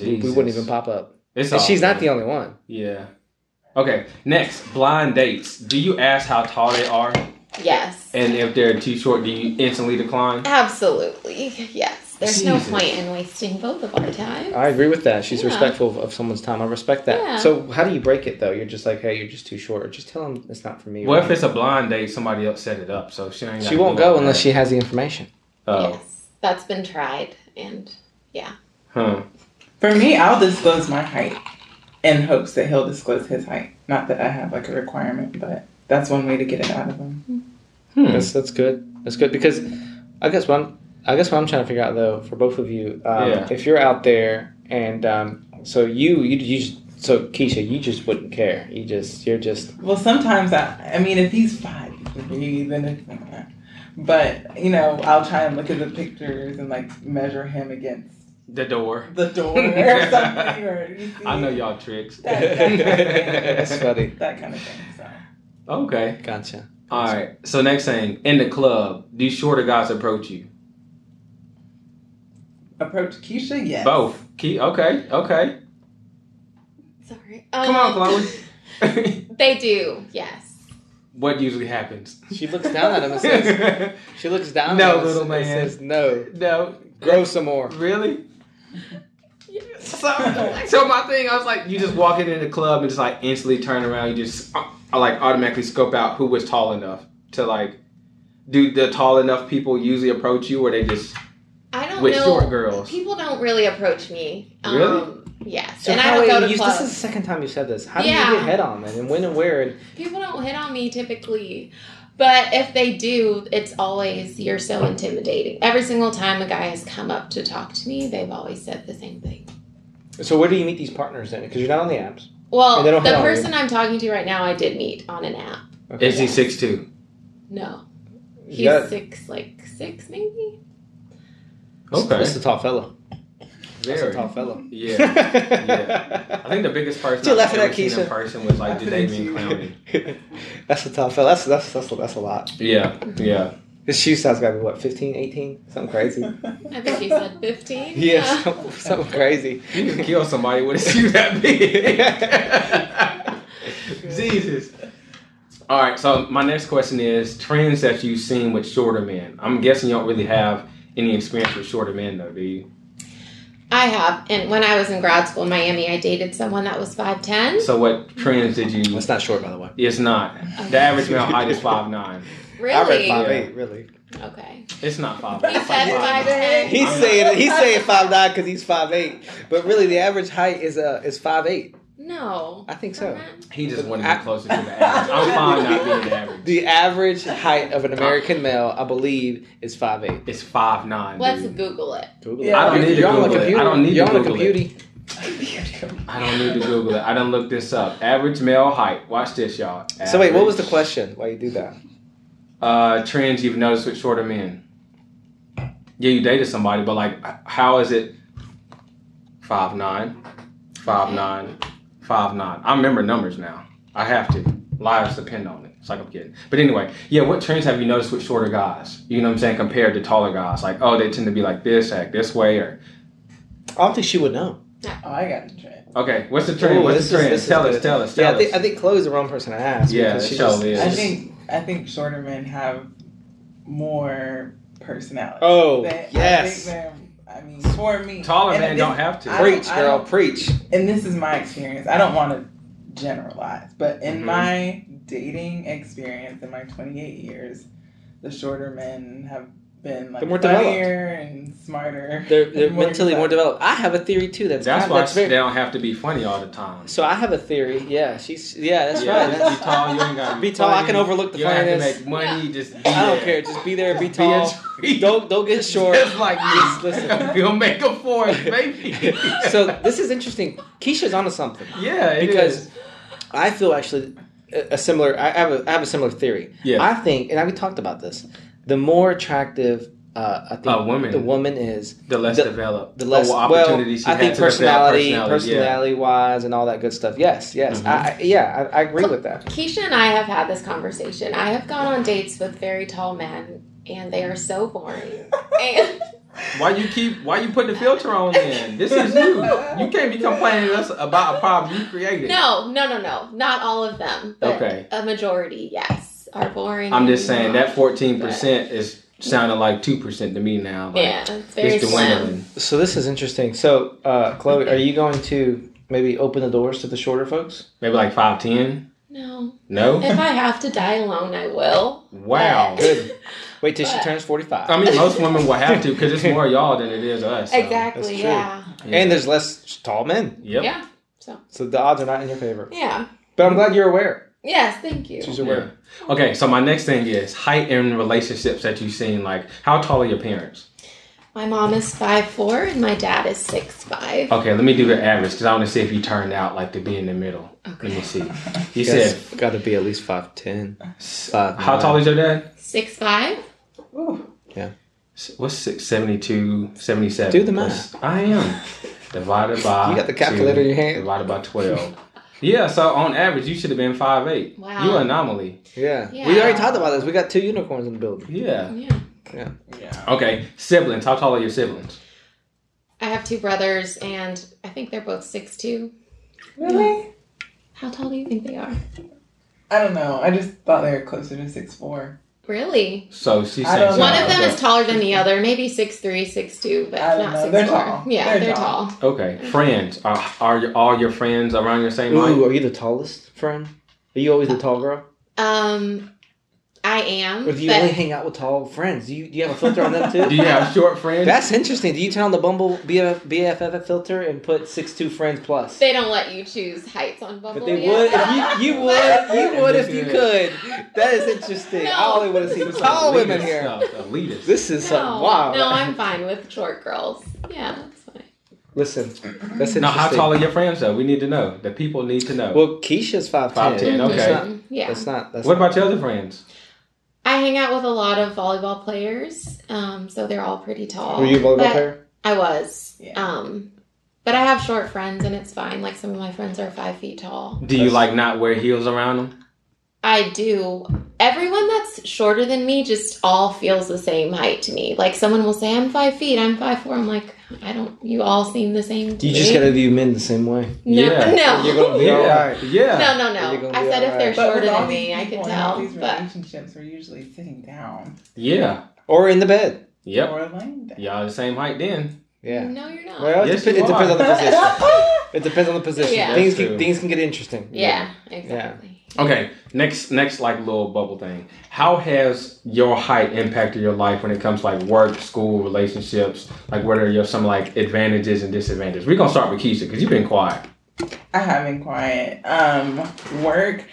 Speaker 3: We wouldn't even pop up.
Speaker 2: It's
Speaker 3: And
Speaker 2: all
Speaker 3: she's
Speaker 2: good.
Speaker 3: not the only one.
Speaker 2: Yeah. Okay, next, blind dates. Do you ask how tall they are?
Speaker 1: Yes.
Speaker 2: And if they're too short, do you instantly decline?
Speaker 1: Absolutely. Yes. There's no
Speaker 2: Jesus.
Speaker 1: point in wasting both of our time.
Speaker 3: I agree with that. She's
Speaker 1: Yeah.
Speaker 3: respectful of, of someone's time. I respect that.
Speaker 1: Yeah.
Speaker 3: So how do you break it though? You're just like, hey, you're just too short. Or just tell them it's not for me.
Speaker 2: Well,
Speaker 3: Right?
Speaker 2: if it's a blind date, somebody else set it up, so she ain't.
Speaker 3: she
Speaker 2: gotta
Speaker 3: won't
Speaker 2: do all
Speaker 3: go unless
Speaker 2: that.
Speaker 3: she has the information.
Speaker 2: Oh,
Speaker 1: Yes. That's been tried, and
Speaker 2: huh.
Speaker 7: For me, I'll disclose my height in hopes that he'll disclose his height. Not that I have like a requirement, but that's one way to get it out of him.
Speaker 2: Hmm.
Speaker 3: That's that's good. That's good because I guess what I'm I guess what I'm trying to figure out though for both of you, um,
Speaker 2: Yeah.
Speaker 3: if you're out there and um, so you you you just, so Keisha, you just wouldn't care. You just you're just
Speaker 7: Well, sometimes I, I mean, if he's five three, then it's not that. But you know, I'll try and look at the pictures and like measure him against
Speaker 2: The door.
Speaker 7: the door or something, or you see,
Speaker 2: I know y'all tricks.
Speaker 7: That- that-
Speaker 3: that's funny.
Speaker 7: that kind of thing. So
Speaker 2: okay.
Speaker 3: Gotcha.
Speaker 2: All right. So next thing in the club, do shorter guys approach you?
Speaker 7: approach Keisha, yes.
Speaker 2: Both. Key. Okay. Okay.
Speaker 1: sorry.
Speaker 2: Come on,
Speaker 1: Um,
Speaker 2: Chloe.
Speaker 1: They do. Yes.
Speaker 2: what usually happens?
Speaker 3: She looks down at him and says, "She looks down
Speaker 2: No,
Speaker 3: at him
Speaker 2: little
Speaker 3: and
Speaker 2: man.
Speaker 3: says, no,
Speaker 2: no,
Speaker 3: grow some more."
Speaker 2: Really? So, so my thing, I was like, you just walk in in the club and just like instantly turn around. You just, I, I like automatically scope out who was tall enough to like, do the tall enough people usually approach you or they just
Speaker 1: I don't
Speaker 2: with
Speaker 1: know.
Speaker 2: short girls?
Speaker 1: People don't really approach me. Um, Yes.
Speaker 3: So
Speaker 1: and I
Speaker 3: how
Speaker 1: don't go
Speaker 3: do
Speaker 1: to
Speaker 3: you,
Speaker 1: clubs.
Speaker 3: this is the second time you said this. How do
Speaker 1: Yeah.
Speaker 3: you get head on, man? And when and where? And
Speaker 1: People don't hit on me typically, but if they do, it's always you're so intimidating. Every single time a guy has come up to talk to me, they've always said the same thing.
Speaker 3: so where do you meet these partners then? Because you're not on the apps.
Speaker 1: Well,
Speaker 3: And they don't hit
Speaker 1: the
Speaker 3: on you.
Speaker 1: person I'm talking to right now, I did meet on an app.
Speaker 3: Okay.
Speaker 2: Is he six two?
Speaker 1: No,
Speaker 3: You
Speaker 1: he's
Speaker 3: got-
Speaker 1: six, like six maybe.
Speaker 3: That's a tall fellow. That's a
Speaker 2: Very.
Speaker 3: tall fellow.
Speaker 2: Yeah. Yeah. I think the biggest person
Speaker 3: Still
Speaker 2: I've
Speaker 3: laughing at
Speaker 2: ever seen in
Speaker 3: Keisha.
Speaker 2: person was like Damien Clowney.
Speaker 3: that's a tall fellow. That's that's that's, that's a lot.
Speaker 2: Yeah, yeah.
Speaker 3: His shoe size got to be what 15, 18? something crazy.
Speaker 1: I think he said fifteen.
Speaker 3: yeah, something, something crazy.
Speaker 2: You can kill somebody with a shoe that big. Jesus. All right, so my next question is trends that you've seen with shorter men. I'm guessing you don't really have any experience with shorter men, though, do you?
Speaker 1: I have. And when I was in grad school in Miami, I dated someone that was five ten.
Speaker 2: So, what trends did you?
Speaker 3: That's not short, by the way.
Speaker 2: It's not. The average male height is five nine.
Speaker 3: I read
Speaker 1: Really?
Speaker 3: five eight. Really.
Speaker 1: Okay.
Speaker 2: It's not five.
Speaker 1: He said five ten.
Speaker 3: He's saying he's saying five nine because he's five eight, but really the average height is uh is five eight.
Speaker 1: No.
Speaker 3: I think so.
Speaker 2: He just wanted to be closer to the average. I'm fine not being the average.
Speaker 3: The average height of an American male, I believe, is five eight.
Speaker 2: It's five nine.
Speaker 1: Let's
Speaker 2: dude.
Speaker 1: Google it.
Speaker 3: Google
Speaker 7: Yeah. I don't
Speaker 2: need to
Speaker 3: You're on the
Speaker 2: Google it. I
Speaker 3: computer.
Speaker 2: don't need
Speaker 3: You're
Speaker 2: to
Speaker 3: on the
Speaker 2: Google
Speaker 3: computer.
Speaker 2: I don't need to Google it. I done looked this up. Average male height. Watch this, y'all.
Speaker 3: So wait, what was the
Speaker 2: Average,
Speaker 3: question? Why you do that?
Speaker 2: Uh, trends you've noticed with shorter men. Yeah, you dated somebody, but like, h- how is it? Five nine, five nine, five nine. I remember numbers now. I have to. Lives depend on it. It's like I'm kidding. But anyway, yeah. What trends have you noticed with shorter guys? You know what I'm saying? Compared to taller guys, like oh, they tend to be like this, act this way, or
Speaker 3: I don't think she would know.
Speaker 7: Oh, I got the trend.
Speaker 2: okay. What's the trend?
Speaker 3: Ooh,
Speaker 2: What's
Speaker 3: Oh, this
Speaker 2: the
Speaker 3: is-
Speaker 2: trend?
Speaker 3: this is
Speaker 2: tell us,
Speaker 3: good.
Speaker 2: tell us,
Speaker 3: Yeah,
Speaker 2: tell
Speaker 3: I
Speaker 2: us.
Speaker 3: think I think Chloe's the wrong person to ask.
Speaker 2: Yeah,
Speaker 3: because she
Speaker 2: Chloe
Speaker 3: just-
Speaker 2: is.
Speaker 3: she
Speaker 7: I
Speaker 3: just-
Speaker 7: think I think shorter men have more personality.
Speaker 3: Oh,
Speaker 7: They-
Speaker 3: yes.
Speaker 7: I, think they're- I mean, for me,
Speaker 2: Taller
Speaker 7: and
Speaker 2: men
Speaker 7: this-
Speaker 2: don't have to.
Speaker 7: I
Speaker 3: Preach,
Speaker 7: I
Speaker 3: girl,
Speaker 7: don't-
Speaker 3: preach.
Speaker 7: and this is my experience. I don't want to generalize, but in
Speaker 3: Mm-hmm.
Speaker 2: Mhm.
Speaker 7: my dating experience in my 28 years, the shorter men have been like
Speaker 3: They're more developed.
Speaker 7: funnier and smarter.
Speaker 3: They're, they're
Speaker 7: and more
Speaker 3: mentally more
Speaker 7: excited.
Speaker 3: developed. I have a theory too. That's
Speaker 2: That's
Speaker 3: kind-
Speaker 2: why
Speaker 3: that's very,
Speaker 2: they don't have to be funny all the time.
Speaker 3: So I have a theory. Yeah, she's yeah. That's
Speaker 2: yeah,
Speaker 3: right.
Speaker 2: just
Speaker 3: That's,
Speaker 2: be tall. You ain't got to
Speaker 3: Be tall, I can overlook the
Speaker 2: you don't have to
Speaker 3: finance.
Speaker 2: make money. Just be
Speaker 3: I don't
Speaker 2: there.
Speaker 3: care. Just be there. Be
Speaker 2: Just be a
Speaker 3: tall.
Speaker 2: tree.
Speaker 3: Don't don't get short.
Speaker 2: Just like
Speaker 3: Just
Speaker 2: me.
Speaker 3: listen.
Speaker 2: You'll make a forest, baby.
Speaker 3: so this is interesting. Keisha's onto something
Speaker 2: yeah, it
Speaker 3: because
Speaker 2: is.
Speaker 3: I feel actually a, a similar. I have a, I have a similar theory.
Speaker 2: Yeah.
Speaker 3: I think, and I- we talked about this. The more attractive uh, I think
Speaker 2: A woman.
Speaker 3: the woman is,
Speaker 2: the less
Speaker 3: the-
Speaker 2: developed,
Speaker 3: the less
Speaker 2: oh,
Speaker 3: well,
Speaker 2: opportunity she
Speaker 3: I think
Speaker 2: had to develop
Speaker 3: personality,
Speaker 2: personality, yeah.
Speaker 3: personality wise, and all that good stuff. Yes, yes,
Speaker 2: Mhm.
Speaker 3: I, I- yeah, I, I agree with that.
Speaker 1: Keisha and I have had this conversation. I have gone on dates with very tall men, and they are so boring. and
Speaker 2: Why you keep? Why you put the filter on? Then this is you. You can't be complaining to us about a problem you created.
Speaker 1: no, no, no, no, not all of them. But
Speaker 2: Okay.
Speaker 1: a majority, yes, are boring.
Speaker 2: I'm just
Speaker 1: and
Speaker 2: saying
Speaker 1: not-
Speaker 2: that 14 percent is sounding like two percent to me now. Like,
Speaker 1: Yeah, it's very
Speaker 2: it's
Speaker 1: slim.
Speaker 2: dwindling.
Speaker 3: So this is interesting. So uh, Chloe, are you going to maybe open the doors to the shorter folks?
Speaker 2: Maybe like five ten.
Speaker 1: No,
Speaker 2: No.
Speaker 1: if I have to die alone, I will.
Speaker 2: Wow. Um,
Speaker 1: But-
Speaker 3: Good. Wait till she turns forty-five.
Speaker 2: I mean, most women will have to because it's more y'all than it is us. so,
Speaker 1: exactly.
Speaker 3: true.
Speaker 1: Yeah.
Speaker 2: yeah.
Speaker 3: And there's less tall men,
Speaker 2: yep.
Speaker 1: Yeah.
Speaker 3: so the odds are not in your favor.
Speaker 1: Yeah.
Speaker 3: But I'm glad you're aware.
Speaker 1: Yes. Thank you.
Speaker 3: She's
Speaker 2: Yeah.
Speaker 3: aware.
Speaker 2: Okay, so my next thing is height in relationships that you've seen. Like, how tall are your parents?
Speaker 1: My mom is five four, and my dad is six five.
Speaker 2: Okay, let me do the average because I want to see if you turned out like to be in the middle. Let me see. You said,
Speaker 3: got to be at least five ten.
Speaker 2: how tall is your dad?
Speaker 1: Six five.
Speaker 7: Ooh,
Speaker 2: S- What's six, 72, 77?
Speaker 3: Do the math.
Speaker 2: Plus- I am. Divided by.
Speaker 3: You got the calculator in your hand?
Speaker 2: Divided by 12. yeah, so on average, you should have been five eight.
Speaker 1: Wow.
Speaker 2: You're an anomaly.
Speaker 3: Yeah.
Speaker 1: Yeah.
Speaker 3: we already talked about this. We got two unicorns in the building.
Speaker 2: Yeah.
Speaker 1: Yeah.
Speaker 7: yeah.
Speaker 2: Okay, siblings. How tall are your siblings?
Speaker 1: I have two brothers, and I think they're both six two.
Speaker 7: Really?
Speaker 1: How tall do you think they are?
Speaker 7: I don't know. I just thought they were closer to six four.
Speaker 1: Really?
Speaker 2: So she's
Speaker 7: I
Speaker 2: saying
Speaker 7: don't
Speaker 1: One
Speaker 7: know.
Speaker 1: of them
Speaker 2: okay.
Speaker 1: is taller than the other, maybe six three, six two, but
Speaker 7: I don't
Speaker 1: not
Speaker 7: know.
Speaker 1: 6
Speaker 7: They're
Speaker 1: four.
Speaker 7: tall.
Speaker 1: Yeah,
Speaker 7: They're
Speaker 1: they're,
Speaker 7: tall.
Speaker 1: tall.
Speaker 2: Okay, friends. Are, are your- all your friends around your same height?
Speaker 3: Ooh, are you the tallest friend? Are you always the tall girl?
Speaker 1: Um, I am.
Speaker 3: Or do you
Speaker 1: but
Speaker 3: only hang out with tall friends? Do you, do you have a filter on them
Speaker 2: Do
Speaker 3: too?
Speaker 2: you have short friends?
Speaker 3: That's interesting. Do you turn on the Bumble BF, BFF filter and put six two friends plus?
Speaker 1: they don't let you choose heights on Bumble.
Speaker 3: But they
Speaker 1: yet.
Speaker 3: would if you, you would you would if
Speaker 2: Yeah.
Speaker 3: you could. That is interesting. I
Speaker 1: No.
Speaker 3: only want to
Speaker 2: This
Speaker 3: see
Speaker 2: is
Speaker 3: tall
Speaker 2: elitist
Speaker 3: women here.
Speaker 2: stuff, Elitist.
Speaker 3: This is
Speaker 1: No,
Speaker 3: uh, wow.
Speaker 1: no, I'm fine with short girls. Yeah, that's fine.
Speaker 3: Listen, that's interesting.
Speaker 2: now, how tall are your friends though? We need to know. The people need to know.
Speaker 3: Well, Keisha's five
Speaker 2: 5'10", okay.
Speaker 3: That's not.
Speaker 1: Mhm, yeah.
Speaker 3: That's not. That's
Speaker 2: what
Speaker 3: not-
Speaker 2: about your other friends?
Speaker 1: I hang out with a lot of volleyball players, um, so they're all pretty tall.
Speaker 3: Were you a volleyball
Speaker 1: But-
Speaker 3: player?
Speaker 1: I was.
Speaker 7: Yeah.
Speaker 1: Um, but I have short friends, and it's fine. Like some of my friends are five feet tall.
Speaker 2: Do you like not wear heels around them?
Speaker 1: I do. Everyone that's shorter than me just all feels the same height to me. Like someone will say, "I'm five feet. I'm five four. I'm like, I don't. You all seem the same. To
Speaker 3: You just
Speaker 1: me."
Speaker 3: gotta view men the same way.
Speaker 1: No,
Speaker 2: Yeah.
Speaker 1: no.
Speaker 3: You're gonna be
Speaker 2: yeah,
Speaker 3: alright.
Speaker 2: yeah.
Speaker 1: no, no,
Speaker 3: You're
Speaker 1: no.
Speaker 3: gonna
Speaker 1: I
Speaker 3: be
Speaker 1: said if they're
Speaker 3: alright.
Speaker 7: But
Speaker 1: shorter
Speaker 7: with all
Speaker 1: than
Speaker 7: these
Speaker 1: me, I
Speaker 7: people
Speaker 1: could
Speaker 7: and all
Speaker 1: tell.
Speaker 7: these
Speaker 1: But
Speaker 7: relationships are usually sitting down
Speaker 2: Yeah.
Speaker 3: Or in the bed.
Speaker 2: Yep.
Speaker 7: or laying down.
Speaker 2: Y'all the same height then.
Speaker 3: Yeah.
Speaker 1: no, you're not.
Speaker 3: Well, it
Speaker 2: Yes,
Speaker 3: depe-
Speaker 2: you
Speaker 3: it depends
Speaker 2: are.
Speaker 3: on the position. It depends on the position.
Speaker 1: Yeah.
Speaker 3: Things
Speaker 2: That's
Speaker 3: can,
Speaker 2: true.
Speaker 3: things can get interesting.
Speaker 1: yeah, exactly.
Speaker 2: Okay. Next, next, like little bubble thing. How has your height impacted your life when it comes to like work, school, relationships? Like, what are your some like advantages and disadvantages? We're gonna start with Keisha because you've been quiet.
Speaker 7: I have been quiet. Um, work,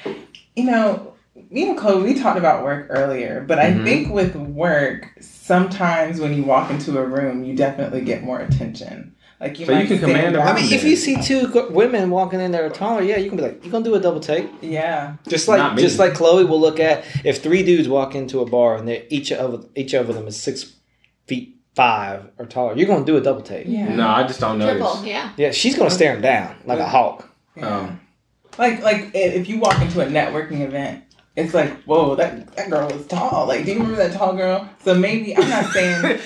Speaker 7: you know, me and Chloe, we talked about work earlier, but
Speaker 2: Mhm.
Speaker 7: I think with work, sometimes when you walk into a room, you definitely get more attention. Like you,
Speaker 2: So you
Speaker 7: might
Speaker 2: can
Speaker 7: stand
Speaker 2: command a
Speaker 7: out.
Speaker 3: I mean, if you see two go- women walking in that are taller, yeah, you can be like, you gonna do a double take.
Speaker 7: yeah,
Speaker 3: Just
Speaker 2: Not
Speaker 3: like
Speaker 2: me.
Speaker 3: just like Chloe will look at if three dudes walk into a bar and they each of each of them is six feet five or taller, you're gonna do a double take.
Speaker 7: yeah,
Speaker 2: No, I just don't notice.
Speaker 1: Triple, yeah.
Speaker 3: Yeah, she's gonna stare him down like a hawk.
Speaker 7: yeah.
Speaker 2: Um,
Speaker 7: like like i- if you walk into a networking event. It's like, whoa, that, that girl was tall. Like, do you remember that tall girl? So maybe I'm not saying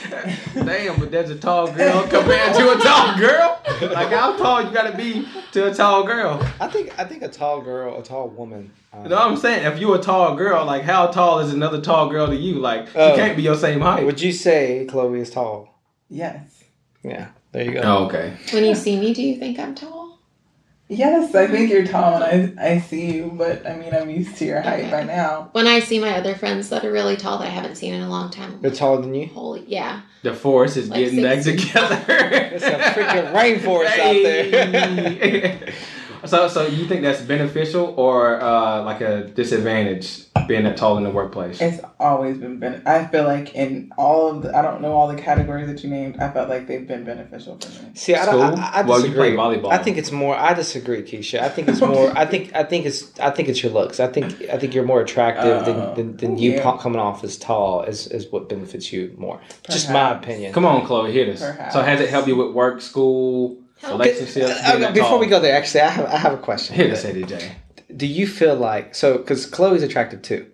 Speaker 2: Damn, but that's a tall girl compared to a tall girl. Like how tall you gotta be to a tall girl?
Speaker 3: I think I think a tall girl, a tall woman. um,
Speaker 2: You know what I'm saying? If you a tall girl, like how tall is another tall girl to you? Like she
Speaker 3: Oh.
Speaker 2: can't be your same height.
Speaker 3: Would you say Chloe is tall?
Speaker 7: yes,
Speaker 3: Yeah, there you go.
Speaker 2: Oh, okay.
Speaker 1: When you see me, do you think I'm tall?
Speaker 7: yes. I think you're tall when I I see you, but I mean I'm used to your height by now.
Speaker 1: When I see my other friends that are really tall that I haven't seen in a long time, I'm
Speaker 3: They're
Speaker 1: like,
Speaker 3: taller than you.
Speaker 1: holy yeah.
Speaker 2: The forest is
Speaker 1: Like
Speaker 2: getting back
Speaker 1: six-
Speaker 2: together.
Speaker 3: It's a freaking rainforest out there.
Speaker 2: there. so, so you think that's beneficial or uh, like a disadvantage being that tall in the workplace?
Speaker 7: It's always been ben- I feel like in all of the, I don't know all the categories that you named. I felt like they've been beneficial for me.
Speaker 3: See, I,
Speaker 2: School?
Speaker 3: don't, I, I
Speaker 2: Well, you play
Speaker 3: disagree.
Speaker 2: volleyball.
Speaker 3: I think it's more. I disagree, Keisha. I think it's more. I think. I think it's. I think it's your looks. I think. I think you're more attractive
Speaker 7: Uh,
Speaker 3: than than, than you
Speaker 7: yeah.
Speaker 3: po- coming off as tall is is what benefits you more. Just my
Speaker 7: Perhaps.
Speaker 3: opinion.
Speaker 2: Come on, Chloe, hit us.
Speaker 7: Perhaps.
Speaker 2: So, has it helped you with work, school,
Speaker 1: Okay.
Speaker 2: relationships?
Speaker 3: Uh,
Speaker 2: being that
Speaker 3: before
Speaker 2: tall?
Speaker 3: we go there, actually, I have I have a question.
Speaker 2: hit us, Eddie J.
Speaker 3: Do you feel like so? Because Chloe's attractive too,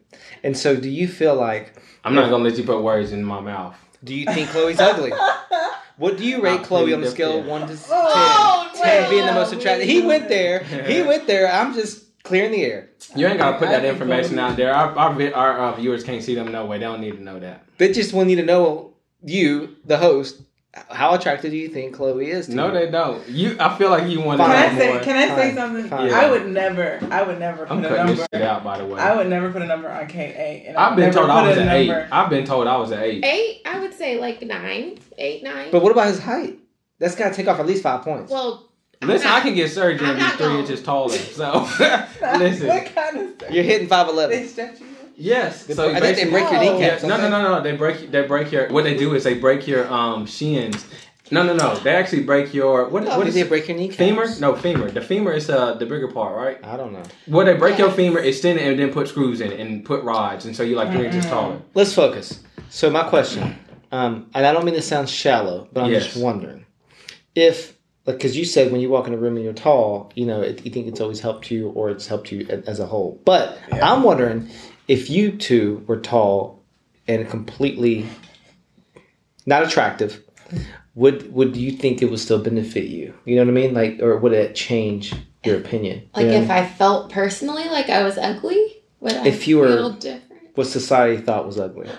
Speaker 3: and so do you feel like?
Speaker 2: I'm not gonna let you put words in my mouth.
Speaker 3: Do you think Chloe's ugly? What do you rate
Speaker 2: I
Speaker 3: Chloe on
Speaker 2: plead
Speaker 3: the
Speaker 2: the
Speaker 3: scale of
Speaker 2: fifth.
Speaker 3: one to ten?
Speaker 1: Oh,
Speaker 3: Ten
Speaker 1: no.
Speaker 3: being the most attractive. He went there. He went there. I'm just clearing the air.
Speaker 2: You ain't gotta put
Speaker 7: I
Speaker 2: that
Speaker 7: think
Speaker 2: information
Speaker 7: Chloe-
Speaker 2: out there. Our our, vi- our, our viewers can't see them no way. They don't need to know that.
Speaker 3: They just want you to know you, the host. How attractive do you think Chloe is? To
Speaker 2: No,
Speaker 3: you?
Speaker 2: they don't. You, I feel like you want to know
Speaker 3: Fine.
Speaker 7: Can I say?
Speaker 2: more.
Speaker 7: Can I say
Speaker 3: Fine.
Speaker 7: something?
Speaker 3: Fine.
Speaker 7: I would never. I would never put
Speaker 2: I'm
Speaker 7: a
Speaker 2: cutting this
Speaker 7: number.
Speaker 2: shit out, by the way.
Speaker 7: I would never put a number on Ka. And I
Speaker 2: I've
Speaker 7: would
Speaker 2: been
Speaker 7: never
Speaker 2: told
Speaker 7: put
Speaker 2: I was
Speaker 7: a
Speaker 2: an eight.
Speaker 7: number.
Speaker 2: I've been told I was an eight.
Speaker 1: Eight, I would say like nine. Eight, nine.
Speaker 3: But what about his height? That's got to take off at least five points.
Speaker 1: well I'm
Speaker 2: Listen,
Speaker 1: not-
Speaker 2: I can get surgery
Speaker 1: I'm
Speaker 2: and be
Speaker 1: not
Speaker 2: three
Speaker 1: gonna-
Speaker 2: inches taller. So listen,
Speaker 7: what kind of stuff?
Speaker 3: You're hitting five eleven.
Speaker 7: They stretch you.
Speaker 2: yes. So
Speaker 3: I think they
Speaker 2: basically-
Speaker 3: break your
Speaker 7: No.
Speaker 3: kneecap.
Speaker 2: Yeah, no, no, no, no. They break. They break your. What they do is they break your um shins. No, no, no. They actually break your. What?
Speaker 3: What
Speaker 2: what
Speaker 3: is
Speaker 2: is
Speaker 3: they
Speaker 2: it?
Speaker 3: break your kneecap?
Speaker 2: Femur? No, femur. The femur is uh, the bigger part, right?
Speaker 3: I don't know.
Speaker 2: Where they break your
Speaker 1: Yes.
Speaker 2: femur, extend it, and then put screws in it and put rods, and so you're like 3 inches
Speaker 7: Mm-mm.
Speaker 2: taller.
Speaker 3: Let's focus. So my question, um, and I don't mean to sound shallow, but I'm
Speaker 2: Yes.
Speaker 3: just wondering if, like, because you said when you walk in a room and you're tall, you know, it, you think it's always helped you or it's helped you a- as a whole. But
Speaker 7: Yeah.
Speaker 3: I'm wondering if you two were tall and completely not attractive, would would you think it would still benefit you? You know what I mean? Like, or would it change your opinion?
Speaker 1: like
Speaker 3: You know what I
Speaker 1: if I felt personally like I was ugly, Would I
Speaker 3: If you were-
Speaker 1: feel different?
Speaker 3: what society thought was ugly.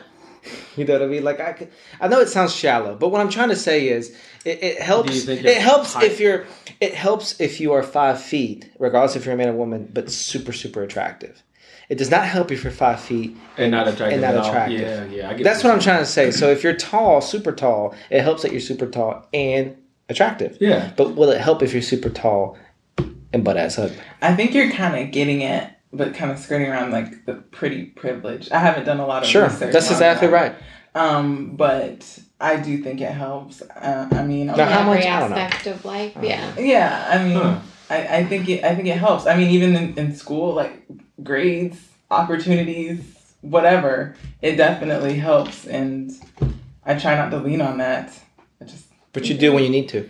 Speaker 3: You know what I mean? Like I, could, I know it sounds shallow, but what I'm trying to say is, it, it helps.
Speaker 2: Do you think
Speaker 3: it
Speaker 2: it's
Speaker 3: helps
Speaker 2: height?
Speaker 3: if you're. It helps if you are five feet, regardless if you're a man or woman, but super super attractive. It does not help if you're five feet.
Speaker 2: and not attractive.
Speaker 3: and not
Speaker 2: at all.
Speaker 3: attractive.
Speaker 2: Yeah, yeah. I get
Speaker 3: That's
Speaker 2: you're
Speaker 3: what I'm
Speaker 2: saying.
Speaker 3: trying to say. So if you're tall, super tall, it helps that you're super tall and attractive.
Speaker 2: Yeah.
Speaker 3: But will it help if you're super tall and butt ass ugly?
Speaker 7: I think you're kind of getting it, but kind of skirting around like the pretty privilege. I haven't done a lot of
Speaker 3: Sure,
Speaker 7: research.
Speaker 3: that's
Speaker 7: on
Speaker 3: exactly
Speaker 7: that.
Speaker 3: right.
Speaker 7: Um, but I do think it helps. Uh, I mean,
Speaker 3: Now,
Speaker 1: in
Speaker 3: how
Speaker 1: every
Speaker 3: much- I don't know.
Speaker 1: aspect of life. Yeah.
Speaker 7: yeah, I mean,
Speaker 2: Huh.
Speaker 7: I, I think it, I think it helps. I mean, even in, in school, like grades, opportunities, whatever, it definitely helps. And I try not to lean on that. I just
Speaker 3: But you do when you need to.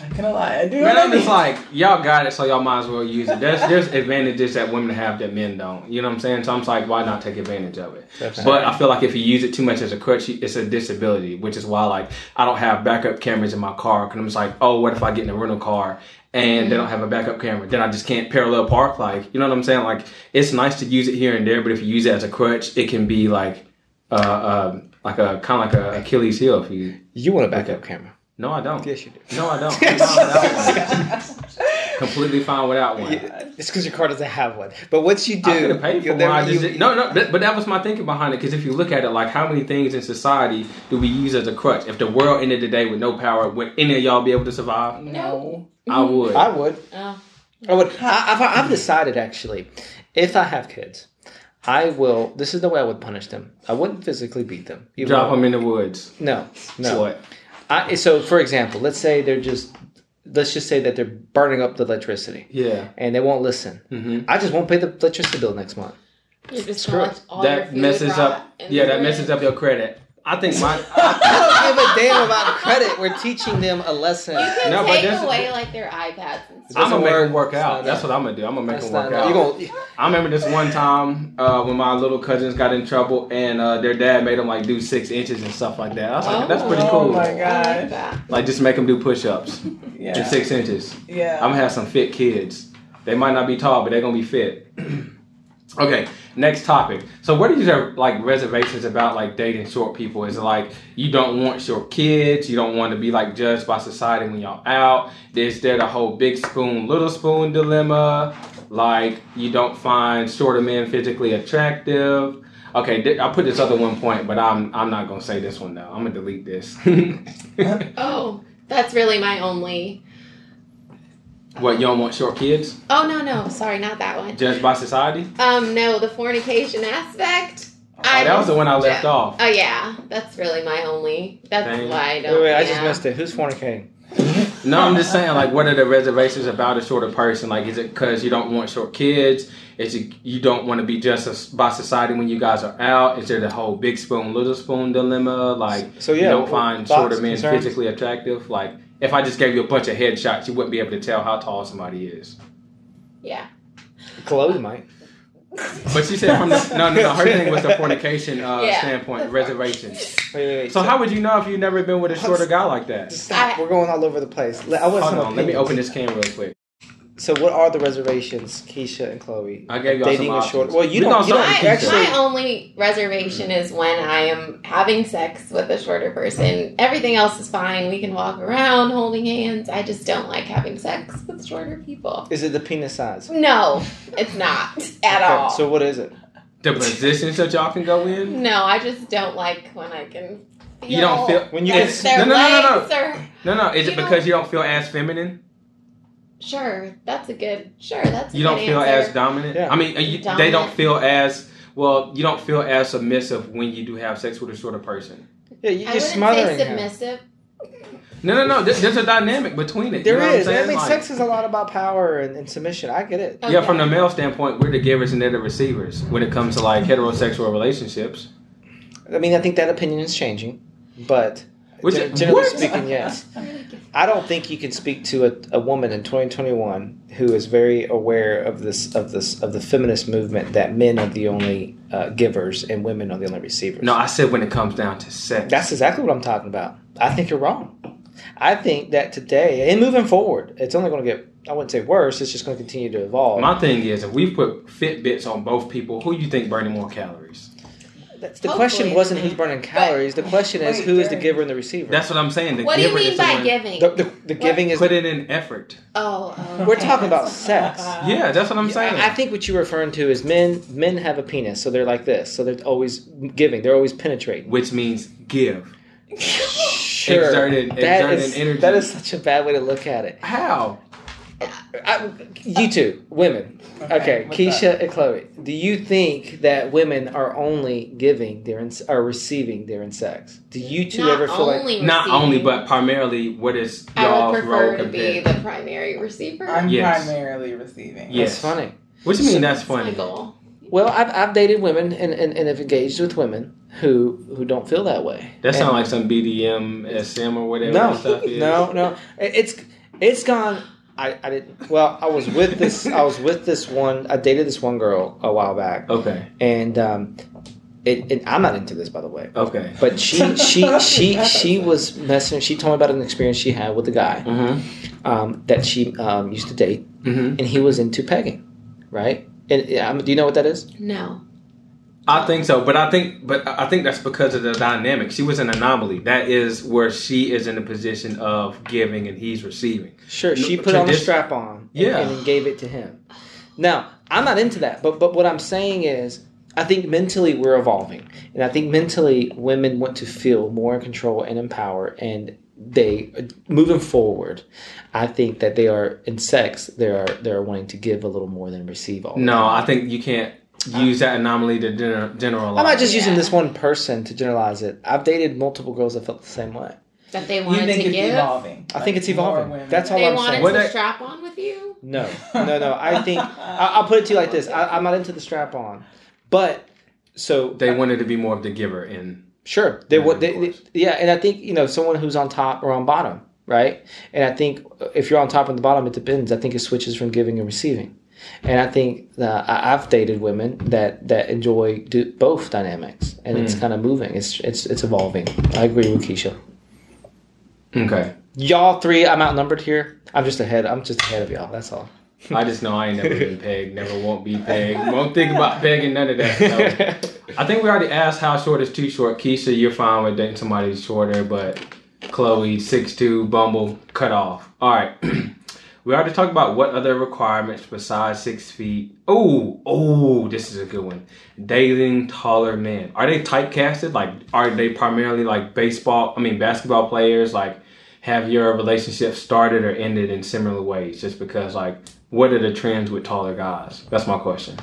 Speaker 7: I'm not gonna lie, I do.
Speaker 2: Man,
Speaker 7: I
Speaker 2: I'm just like y'all got it, so y'all might as well use it. There's there's advantages that women have that men don't. You know what I'm saying? So I'm just like, why not take advantage of it? But I feel like if you use it too much as a crutch, it's a disability, which is why like I don't have backup cameras in my car because I'm just like, oh, what if I get in a rental car and they don't have a backup camera? Then I just can't parallel park. Like, you know what I'm saying? Like, it's nice to use it here and there, but if you use it as a crutch, it can be like, uh, uh like a kind of like a Achilles heel. If you
Speaker 3: you want a backup camera.
Speaker 2: no, I don't.
Speaker 3: Yes, you do.
Speaker 2: No, I don't. I'm fine without one. Completely fine without one.
Speaker 3: It's because your car doesn't have one. But once you do,
Speaker 2: I could have paid for
Speaker 3: you'll
Speaker 2: one.
Speaker 3: never-
Speaker 2: I just
Speaker 3: you-
Speaker 2: didn't- no, no, but, but that was my thinking behind it. Because if you look at it, like how many things in society do we use as a crutch? If the world ended today with no power, would any of y'all be able to survive?
Speaker 7: no.
Speaker 2: I would.
Speaker 3: I would.
Speaker 1: Oh.
Speaker 3: I would. I, I've, I've decided actually, if I have kids, I will. This is the way I would punish them. I wouldn't physically beat them. even
Speaker 2: Drop
Speaker 3: though-
Speaker 2: them in the woods.
Speaker 3: No, no.
Speaker 2: What?
Speaker 3: I, so, for example, let's say they're just. Let's just say that they're burning up the electricity
Speaker 2: Yeah.
Speaker 3: and they won't listen.
Speaker 2: hmm
Speaker 3: I just won't pay the electricity bill next month.
Speaker 1: You just
Speaker 3: Screw it.
Speaker 1: collect all your
Speaker 2: That
Speaker 1: food
Speaker 2: messes
Speaker 1: raw
Speaker 2: up.
Speaker 1: in
Speaker 2: Yeah,
Speaker 1: the
Speaker 2: that messes
Speaker 1: fridge.
Speaker 2: up your credit. I think my.
Speaker 3: I don't give a damn about credit. We're teaching them a lesson.
Speaker 1: You can
Speaker 2: No, but
Speaker 1: take
Speaker 2: that's-
Speaker 1: away like their iPads and stuff.
Speaker 2: I'm gonna
Speaker 3: doesn't
Speaker 2: make them
Speaker 3: work.
Speaker 2: work out.
Speaker 3: It's not
Speaker 2: That's
Speaker 3: that.
Speaker 2: what I'm gonna do. I'm gonna make
Speaker 3: That's
Speaker 2: them
Speaker 3: not,
Speaker 2: work out.
Speaker 3: you gonna,
Speaker 2: I remember this one time uh, when my little cousins got in trouble and uh, their dad made them like do six inches and stuff like that. I was like, that's pretty
Speaker 7: Oh.
Speaker 2: cool.
Speaker 7: Oh my
Speaker 1: I like
Speaker 7: gosh.
Speaker 1: that.
Speaker 2: Like just make them do push-ups
Speaker 7: Yeah.
Speaker 2: in six inches.
Speaker 7: yeah.
Speaker 2: I'm gonna have some fit kids. They might not be tall, but they're gonna be fit. okay, next topic. So what are your like reservations about like dating short people? Is it like you don't want short kids, you don't want to be like judged by society when y'all out. Is there the whole big spoon, little spoon dilemma? Like you don't find shorter men physically attractive. Okay, th- I put this other one point, but I'm I'm not gonna say this one though. I'm gonna delete this.
Speaker 1: Oh, that's really my only.
Speaker 2: what you don't want short kids?
Speaker 1: Oh no no, sorry, not that one.
Speaker 2: Judged by society?
Speaker 1: Um, no, the fornication aspect.
Speaker 2: Oh, that was the one I left
Speaker 1: Yeah.
Speaker 2: off.
Speaker 1: Oh yeah, that's really my only. That's
Speaker 2: Dang.
Speaker 1: why I
Speaker 3: wait,
Speaker 1: don't.
Speaker 3: wait, I
Speaker 1: yeah.
Speaker 3: just missed it. Who's fornicating?
Speaker 2: No, I'm just saying, like, what are the reservations about a shorter person? Like, is it because you don't want short kids? Is it you don't want to be judged as- by society when you guys are out? Is there the whole big spoon, little spoon dilemma? Like,
Speaker 3: So,
Speaker 2: you
Speaker 3: yeah,
Speaker 2: don't find
Speaker 3: thoughts,
Speaker 2: shorter men
Speaker 3: concerns?
Speaker 2: physically attractive? Like, if I just gave you a bunch of headshots, you wouldn't be able to tell how tall somebody is.
Speaker 1: Yeah.
Speaker 3: Chloe might.
Speaker 2: But she said from the, no, no, no, her thing was the fornication uh,
Speaker 1: Yeah.
Speaker 2: standpoint, reservations.
Speaker 3: Wait, wait, wait.
Speaker 2: So how would you know if you've never been with a shorter guy like that?
Speaker 3: Stop.
Speaker 1: I-
Speaker 3: We're going all over the place. Let- I want
Speaker 2: Hold
Speaker 3: some
Speaker 2: on, let me
Speaker 3: opinions.
Speaker 2: open this can real quick.
Speaker 3: So, what are the reservations, Keisha and Chloe?
Speaker 2: I gave y'all
Speaker 3: Dating
Speaker 2: some
Speaker 3: a
Speaker 2: options.
Speaker 3: short. Well, you
Speaker 2: We
Speaker 3: don't.
Speaker 2: gonna
Speaker 3: You don't
Speaker 2: start
Speaker 1: My,
Speaker 2: with Keisha.
Speaker 3: actually.
Speaker 1: my only reservation is when I am having sex with a shorter person. Everything else is fine. We can walk around holding hands. I just don't like having sex with shorter people.
Speaker 3: Is it the penis size?
Speaker 1: No, it's not at
Speaker 3: Okay,
Speaker 1: all.
Speaker 3: So what is it?
Speaker 2: The positions that y'all can go in.
Speaker 1: no, I just don't like when I can. Feel
Speaker 2: You don't feel
Speaker 3: When you
Speaker 2: Yeah.
Speaker 3: can,
Speaker 1: It's
Speaker 2: Yes.
Speaker 1: their
Speaker 2: No, no, no, no,
Speaker 1: legs or-
Speaker 2: no no. Is
Speaker 1: You
Speaker 2: it
Speaker 1: don't-
Speaker 2: because you don't feel as feminine?
Speaker 1: sure, that's a good. Sure, that's. A
Speaker 2: You don't
Speaker 1: good
Speaker 2: feel
Speaker 1: answer.
Speaker 2: as dominant.
Speaker 3: Yeah.
Speaker 2: I mean, uh, you, they
Speaker 1: Dominant.
Speaker 2: don't feel as well. You don't feel as submissive when you do have sex with a shorter person.
Speaker 3: yeah, you're
Speaker 1: I
Speaker 3: just
Speaker 1: wouldn't
Speaker 3: smothering
Speaker 1: say
Speaker 3: him.
Speaker 1: submissive.
Speaker 2: No no no. There, there's a dynamic between it.
Speaker 3: There
Speaker 2: you know
Speaker 3: is.
Speaker 2: What
Speaker 3: I
Speaker 2: I'm saying?
Speaker 3: mean,
Speaker 2: Like,
Speaker 3: sex is a lot about power and, and submission. I get it.
Speaker 2: Yeah,
Speaker 1: Okay.
Speaker 2: from the male standpoint, we're the givers and they're the receivers when it comes to like heterosexual relationships.
Speaker 3: I mean, I think that opinion is changing, but
Speaker 2: Which
Speaker 3: gen- generally
Speaker 2: what?
Speaker 3: speaking, yes. I don't think you can speak to a, a woman in 2021 who is very aware of this of this of the feminist movement that men are the only uh, givers and women are the only receivers.
Speaker 2: No, I said when it comes down to sex.
Speaker 3: That's exactly what I'm talking about. I think you're wrong. I think that today and moving forward, it's only going to get I wouldn't say worse. It's just going to continue to evolve.
Speaker 2: My thing is, if we put Fitbits on both people, who do you think burning more calories?
Speaker 3: That's- the question
Speaker 1: Hopefully,
Speaker 3: wasn't
Speaker 1: it's me.
Speaker 3: who's burning calories. the question is
Speaker 7: Wait,
Speaker 3: who is the
Speaker 7: there-
Speaker 3: giver and the receiver.
Speaker 2: That's what I'm saying. The
Speaker 1: What do you
Speaker 2: giver is
Speaker 1: mean by
Speaker 2: someone-
Speaker 1: giving?
Speaker 3: the, the, the giving is.
Speaker 2: Put in an effort.
Speaker 1: oh, oh,
Speaker 3: We're
Speaker 1: okay.
Speaker 3: talking about sex.
Speaker 1: Uh,
Speaker 2: Yeah, that's what I'm saying.
Speaker 3: I I think what you're referring to is men. Men have a penis, so they're like this. So they're always giving. They're always penetrating.
Speaker 2: Which means give.
Speaker 3: Sure,
Speaker 2: Exerted-
Speaker 3: That
Speaker 2: exerted
Speaker 3: is-
Speaker 2: energy.
Speaker 3: that is such a bad way to look at it.
Speaker 2: How?
Speaker 3: I, you two, women. Okay,
Speaker 7: what's
Speaker 3: Keisha
Speaker 7: that?
Speaker 3: and Chloe. Do you think that women are only giving during are receiving during sex? Do you two
Speaker 1: Not
Speaker 3: ever feel like
Speaker 1: only
Speaker 2: Not
Speaker 1: receiving.
Speaker 2: only, but primarily, what is
Speaker 1: I
Speaker 2: y'all's
Speaker 1: would
Speaker 2: role
Speaker 1: prefer to be
Speaker 2: compared?
Speaker 1: the primary receiver.
Speaker 7: I'm
Speaker 2: Yes.
Speaker 7: primarily receiving.
Speaker 2: Yeah.
Speaker 3: that's
Speaker 2: Yes.
Speaker 3: funny?
Speaker 2: What you mean that's
Speaker 1: That's my
Speaker 2: funny?
Speaker 1: goal.
Speaker 3: Well, I've, I've dated women and, and, and have engaged with women who who don't feel that way.
Speaker 2: That sounds
Speaker 3: And-
Speaker 2: like some BDM, SM, or whatever that
Speaker 3: no,
Speaker 2: stuff is.
Speaker 3: no, no. It- It's it's gone. I, I didn't. Well, I was with this. I was with this one. I dated this one girl a while back,
Speaker 2: Okay,
Speaker 3: and um, it, it. I'm not into this, by the way.
Speaker 2: okay.
Speaker 3: But she she she she was messing. She told me about an experience she had with a guy
Speaker 2: Mm-hmm.
Speaker 3: um, that she um, used to date,
Speaker 2: Mm-hmm.
Speaker 3: and he was into pegging, right? And yeah, um, do you know what that is?
Speaker 1: No.
Speaker 2: I think so, but I think, but I I think that's because of the dynamic. She was an anomaly. That is where she is in the position of giving and he's receiving.
Speaker 3: Sure,
Speaker 2: No,
Speaker 3: she put on the
Speaker 2: tradi-
Speaker 3: strap on, and-
Speaker 2: Yeah.
Speaker 3: and, then gave it to him. Now I'm not into that, but but what I'm saying is, I think mentally we're evolving, and I think mentally women want to feel more in control and in power, and they moving forward. I think that they are in sex. They are they are wanting to give a little more than receive. All the
Speaker 2: No,
Speaker 3: time.
Speaker 2: I think you can't
Speaker 1: Uh.
Speaker 2: use that anomaly to gener- generalize.
Speaker 3: I'm not just using
Speaker 1: Yeah.
Speaker 3: this one person to generalize it. I've dated multiple girls that felt the same way.
Speaker 1: That they
Speaker 7: You
Speaker 1: wanted
Speaker 7: think
Speaker 1: to
Speaker 7: it's
Speaker 1: give.
Speaker 7: evolving?
Speaker 3: I think it's
Speaker 7: more
Speaker 3: evolving.
Speaker 7: women.
Speaker 3: That's all
Speaker 1: They
Speaker 3: I'm
Speaker 1: wanted
Speaker 3: saying.
Speaker 2: What
Speaker 1: to
Speaker 2: I-
Speaker 1: strap on with you.
Speaker 3: No, no, no. I think I, I'll put it to you like this: I, I'm not into the strap on, but so
Speaker 2: They wanted to be more of the giver, and
Speaker 3: sure they
Speaker 2: Yeah,
Speaker 3: would.
Speaker 2: of
Speaker 3: They,
Speaker 2: course.
Speaker 3: they- yeah, and I think you know someone who's on top or on bottom, right? And I think if you're on top and the bottom, it depends. I think it switches from giving and receiving, and I think uh, I, I've dated women that that enjoy do both dynamics, and
Speaker 2: Hmm.
Speaker 3: it's kind of moving. It's it's it's evolving. I agree with Keisha.
Speaker 2: okay.
Speaker 3: Y'all three, I'm outnumbered here. I'm just ahead. I'm just ahead of y'all. That's all.
Speaker 2: I just know I ain't never been pegged, never won't be pegged, won't think about pegging, none of that. So. I think we already asked how short is too short. Keisha, you're fine with dating somebody shorter, but Chloe, 6'2, Bumble, cut off. All right. we already talked about what other requirements besides six feet. Oh, oh, this is a good one. Dating taller men. Are they typecasted? Like, are they primarily like baseball, I mean, basketball players? Like, have your relationship started or ended in similar ways? Just because, like, what are the trends with taller guys? That's my question.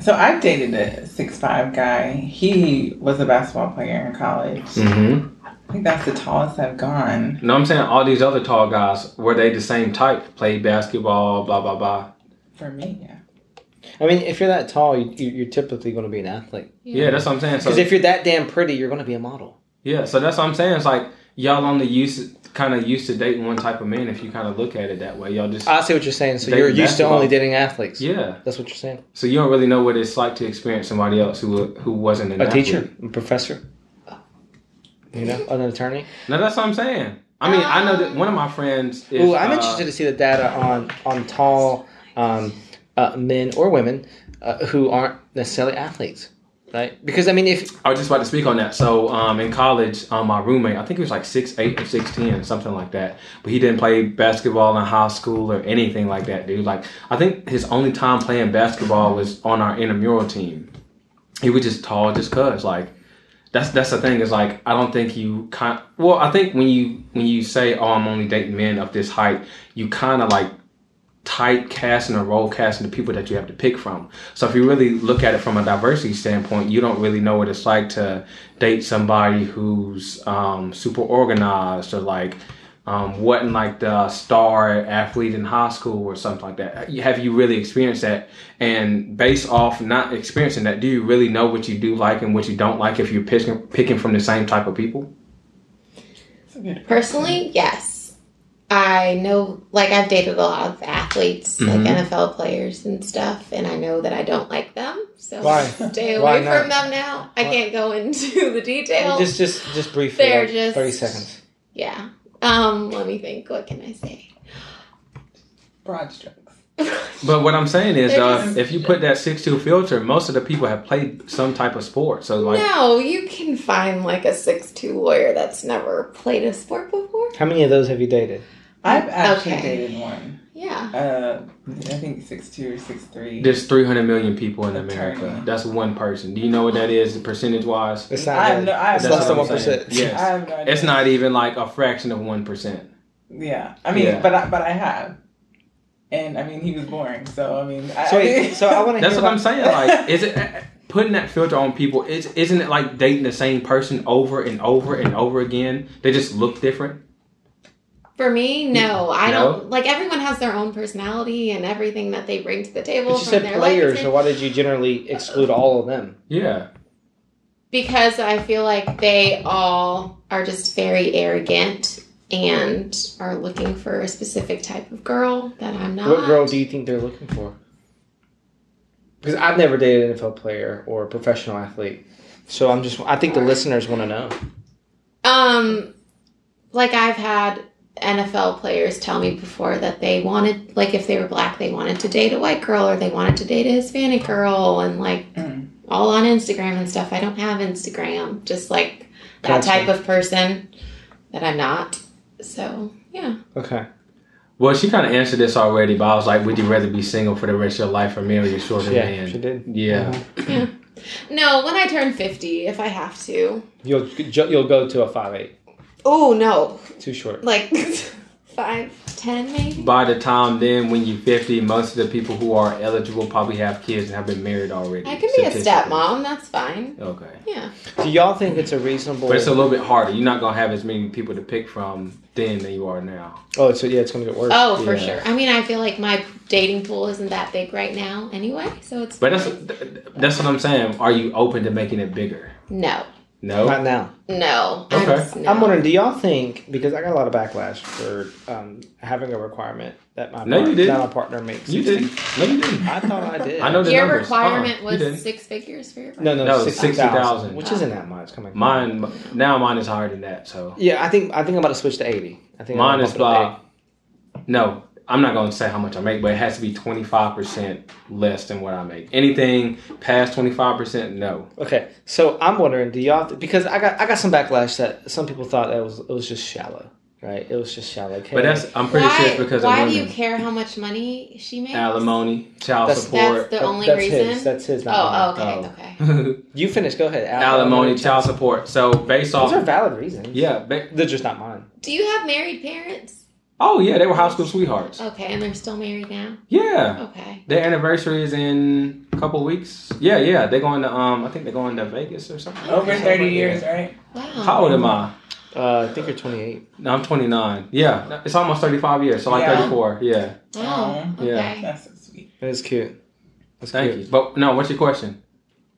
Speaker 7: So I've dated a six five guy. He was a basketball player in college.
Speaker 2: Mm hmm.
Speaker 7: I think that's the tallest I've gone.
Speaker 2: No, I'm saying all these other tall guys were they the same type? Played basketball, blah blah blah.
Speaker 7: For me, yeah.
Speaker 3: I mean, if you're that tall, you, you, you're typically going to be an athlete.
Speaker 2: Yeah, that's what I'm saying. So
Speaker 3: Because if you're that damn pretty, you're going to be a model.
Speaker 2: yeah, so that's what I'm saying. It's like y'all only used kind of used to dating one type of man. If you kind of look at it that way, y'all just
Speaker 3: I see what you're saying. So
Speaker 2: Dating
Speaker 3: you're used to
Speaker 2: basketball.
Speaker 3: only dating athletes.
Speaker 2: yeah.
Speaker 3: That's what you're saying.
Speaker 2: So you don't really know what it's like to experience somebody else who who wasn't an
Speaker 3: A
Speaker 2: athlete.
Speaker 3: teacher, a professor, Oh. you know, an attorney.
Speaker 2: No, that's what I'm saying. I mean, I know that one of my friends. is...
Speaker 3: Ah. Ooh, I'm
Speaker 2: uh,
Speaker 3: interested to see the data on on tall um, uh, men or women uh, who aren't necessarily athletes, right? Because I mean, if
Speaker 2: I was just about to speak on that. So um, in college, um, my roommate, I think he was like six eight or six ten, something like that. But he didn't play basketball in high school or anything like that, dude. Like I think his only time playing basketball was on our intramural team. He was just tall, just cause like that's that's the thing is like I don't think you kind. Well, I think when you when you say oh I'm only dating men of this height, you kind of like typecasting or role casting the people that you have to pick from. So if you really look at it from a diversity standpoint, you don't really know what it's like to date somebody who's um, super organized or like um, wasn't like the star athlete in high school or something like that. Have you really experienced that? And based off not experiencing that, do you really know what you do like and what you don't like if you're picking picking from the same type of people?
Speaker 1: Personally, yes. I know, like, I've dated a lot of athletes,
Speaker 2: Mm-hmm.
Speaker 1: like NFL players and stuff, and I know that I don't like them. So
Speaker 3: Why?
Speaker 1: stay
Speaker 3: Why
Speaker 1: away
Speaker 3: not?
Speaker 1: from them now. I
Speaker 3: Why-
Speaker 1: can't go into the details.
Speaker 3: just just just briefly,
Speaker 1: They're
Speaker 3: like,
Speaker 1: just-
Speaker 3: thirty seconds.
Speaker 1: yeah. Um, let me think. What can I say?
Speaker 7: Broad strokes.
Speaker 2: But what I'm saying is,
Speaker 1: They're
Speaker 2: uh,
Speaker 1: just-
Speaker 2: if you put that six-two filter, most of the people have played some type of sport. So like,
Speaker 1: no, you can find like a six-two lawyer that's never played a sport before.
Speaker 3: How many of those have you dated?
Speaker 7: I've actually
Speaker 1: Okay.
Speaker 7: dated one.
Speaker 1: Yeah.
Speaker 7: Uh, I think six two or six three.
Speaker 2: there's 300 million people in America.
Speaker 7: Attorney.
Speaker 2: That's one person. Do you know what that is percentage-wise?
Speaker 3: It's not.
Speaker 7: I have
Speaker 3: good.
Speaker 7: no. I have
Speaker 3: It's
Speaker 2: That's
Speaker 7: no
Speaker 3: less than
Speaker 2: what
Speaker 3: one
Speaker 2: I'm saying.
Speaker 3: percent.
Speaker 7: idea. I
Speaker 2: Yes.
Speaker 7: have no
Speaker 2: It's
Speaker 7: idea.
Speaker 2: not even like a fraction of one percent.
Speaker 7: Yeah, I mean,
Speaker 2: Yeah.
Speaker 7: but I, but I have, and I mean, he was boring. So I mean, I,
Speaker 3: So,
Speaker 7: I,
Speaker 3: wait, so I want to.
Speaker 2: That's
Speaker 3: hear
Speaker 2: what I'm
Speaker 3: about-
Speaker 2: saying. Like, is it putting that filter on people? Is isn't it like dating the same person over and over and over again? They just look different.
Speaker 1: For me, no. I
Speaker 2: No?
Speaker 1: don't like everyone has their own personality and everything that they bring to the table
Speaker 3: But you
Speaker 1: from
Speaker 3: said
Speaker 1: their
Speaker 3: players,
Speaker 1: life.
Speaker 3: so why did you generally exclude all of them?
Speaker 2: Yeah.
Speaker 1: because I feel like they all are just very arrogant and are looking for a specific type of girl that I'm not.
Speaker 3: What girl do you think they're looking for? Because I've never dated an NFL player or a professional athlete, so I'm just. I think the listeners want to know.
Speaker 1: Um, like I've had NFL players tell me before that they wanted, like, if they were black, they wanted to date a white girl or they wanted to date a Hispanic girl, and like
Speaker 7: Mm.
Speaker 1: all on Instagram and stuff. I don't have Instagram, just like that
Speaker 3: Gotcha.
Speaker 1: type of person that I'm not. So yeah,
Speaker 3: Okay.
Speaker 2: Well, she kind of answered this already, but I was like, would you rather be single for the rest of your life or marry a shorter
Speaker 3: Yeah,
Speaker 2: man?
Speaker 3: she did. Mm-hmm.
Speaker 2: Yeah.
Speaker 1: no. When I turn fifty, if I have to.
Speaker 3: You'll ju- you'll go to a five eight.
Speaker 1: Oh no,
Speaker 3: Too short.
Speaker 1: like five ten maybe.
Speaker 2: By the time then, when you're 50, most of the people who are eligible probably have kids and have been married already.
Speaker 1: I can be a
Speaker 2: statistically.
Speaker 1: stepmom. That's fine.
Speaker 2: Okay.
Speaker 1: Yeah.
Speaker 3: Do y'all think it's a reasonable?
Speaker 2: But it's a little bit harder. You're not going to have as many people to pick from then than you are now.
Speaker 3: oh, so yeah, it's gonna get worse.
Speaker 1: Oh, for sure.
Speaker 2: Yeah.
Speaker 1: I mean, I feel like my dating pool isn't that big right now anyway, so it's.
Speaker 2: But that's
Speaker 1: fine.
Speaker 2: that's what I'm saying. Are you open to making it bigger?
Speaker 1: no,
Speaker 2: No.
Speaker 3: Not now.
Speaker 1: no.
Speaker 2: Okay.
Speaker 1: I'm, just- no.
Speaker 3: I'm wondering, do y'all think because I got a lot of backlash for um, having a requirement that my
Speaker 2: No, you
Speaker 3: part-
Speaker 2: didn't.
Speaker 3: that my partner makes?
Speaker 2: You did. No, you didn't.
Speaker 3: I thought I did.
Speaker 2: I know the
Speaker 1: Your
Speaker 2: numbers.
Speaker 1: requirement
Speaker 2: Uh-uh, you didn't.
Speaker 1: was six figures for your.
Speaker 3: No, no,
Speaker 2: No,
Speaker 3: no sixty
Speaker 2: 60,000.
Speaker 3: thousand, which isn't that much. Come on,
Speaker 2: Mine now mine is higher than that. So
Speaker 3: Yeah, I think I think I'm about to switch to eighty. I think I'm
Speaker 2: mine
Speaker 3: gonna
Speaker 2: is
Speaker 3: bump it up to
Speaker 2: by. No, I'm not going to say how much I make, but it has to be 25 percent less than what I make. Anything past 25 percent, no.
Speaker 3: 80. Okay, so I'm wondering, do y'all because I got I got some backlash that some people thought that was it was just shallow, right? It was just shallow. Okay?
Speaker 2: But that's I'm pretty
Speaker 1: why?
Speaker 2: sure it's because
Speaker 1: why
Speaker 2: of
Speaker 1: do
Speaker 2: women.
Speaker 1: you care how much money she makes?
Speaker 2: Alimony, child
Speaker 3: That's-
Speaker 1: That's
Speaker 2: support.
Speaker 1: the
Speaker 3: That-
Speaker 1: only
Speaker 3: that's
Speaker 1: reason.
Speaker 3: His, that's his. Not mine.
Speaker 1: oh, okay,
Speaker 2: Oh.
Speaker 1: okay.
Speaker 3: you finish. Go ahead.
Speaker 2: Alimony, child support. So based off,
Speaker 3: Those are valid reasons.
Speaker 2: yeah. Ba-
Speaker 3: they're just not mine.
Speaker 1: Do you have married parents?
Speaker 2: oh yeah, they were high school sweethearts.
Speaker 1: Okay, and they're still married now.
Speaker 2: Yeah.
Speaker 1: Okay.
Speaker 2: Their anniversary is in a couple weeks. Yeah, yeah. They're going to um I think they're going to Vegas or something.
Speaker 7: over thirty years, right?
Speaker 1: Wow.
Speaker 2: How old am I?
Speaker 3: Uh, I think you're 28.
Speaker 2: No, I'm 29. Yeah, it's almost 35 years, so like
Speaker 7: Yeah.
Speaker 2: 34. Yeah,
Speaker 1: Wow.
Speaker 2: Yeah.
Speaker 1: Okay.
Speaker 7: That's so sweet.
Speaker 3: That is cute. That's
Speaker 2: thank
Speaker 3: cute.
Speaker 2: you. But no, what's your question?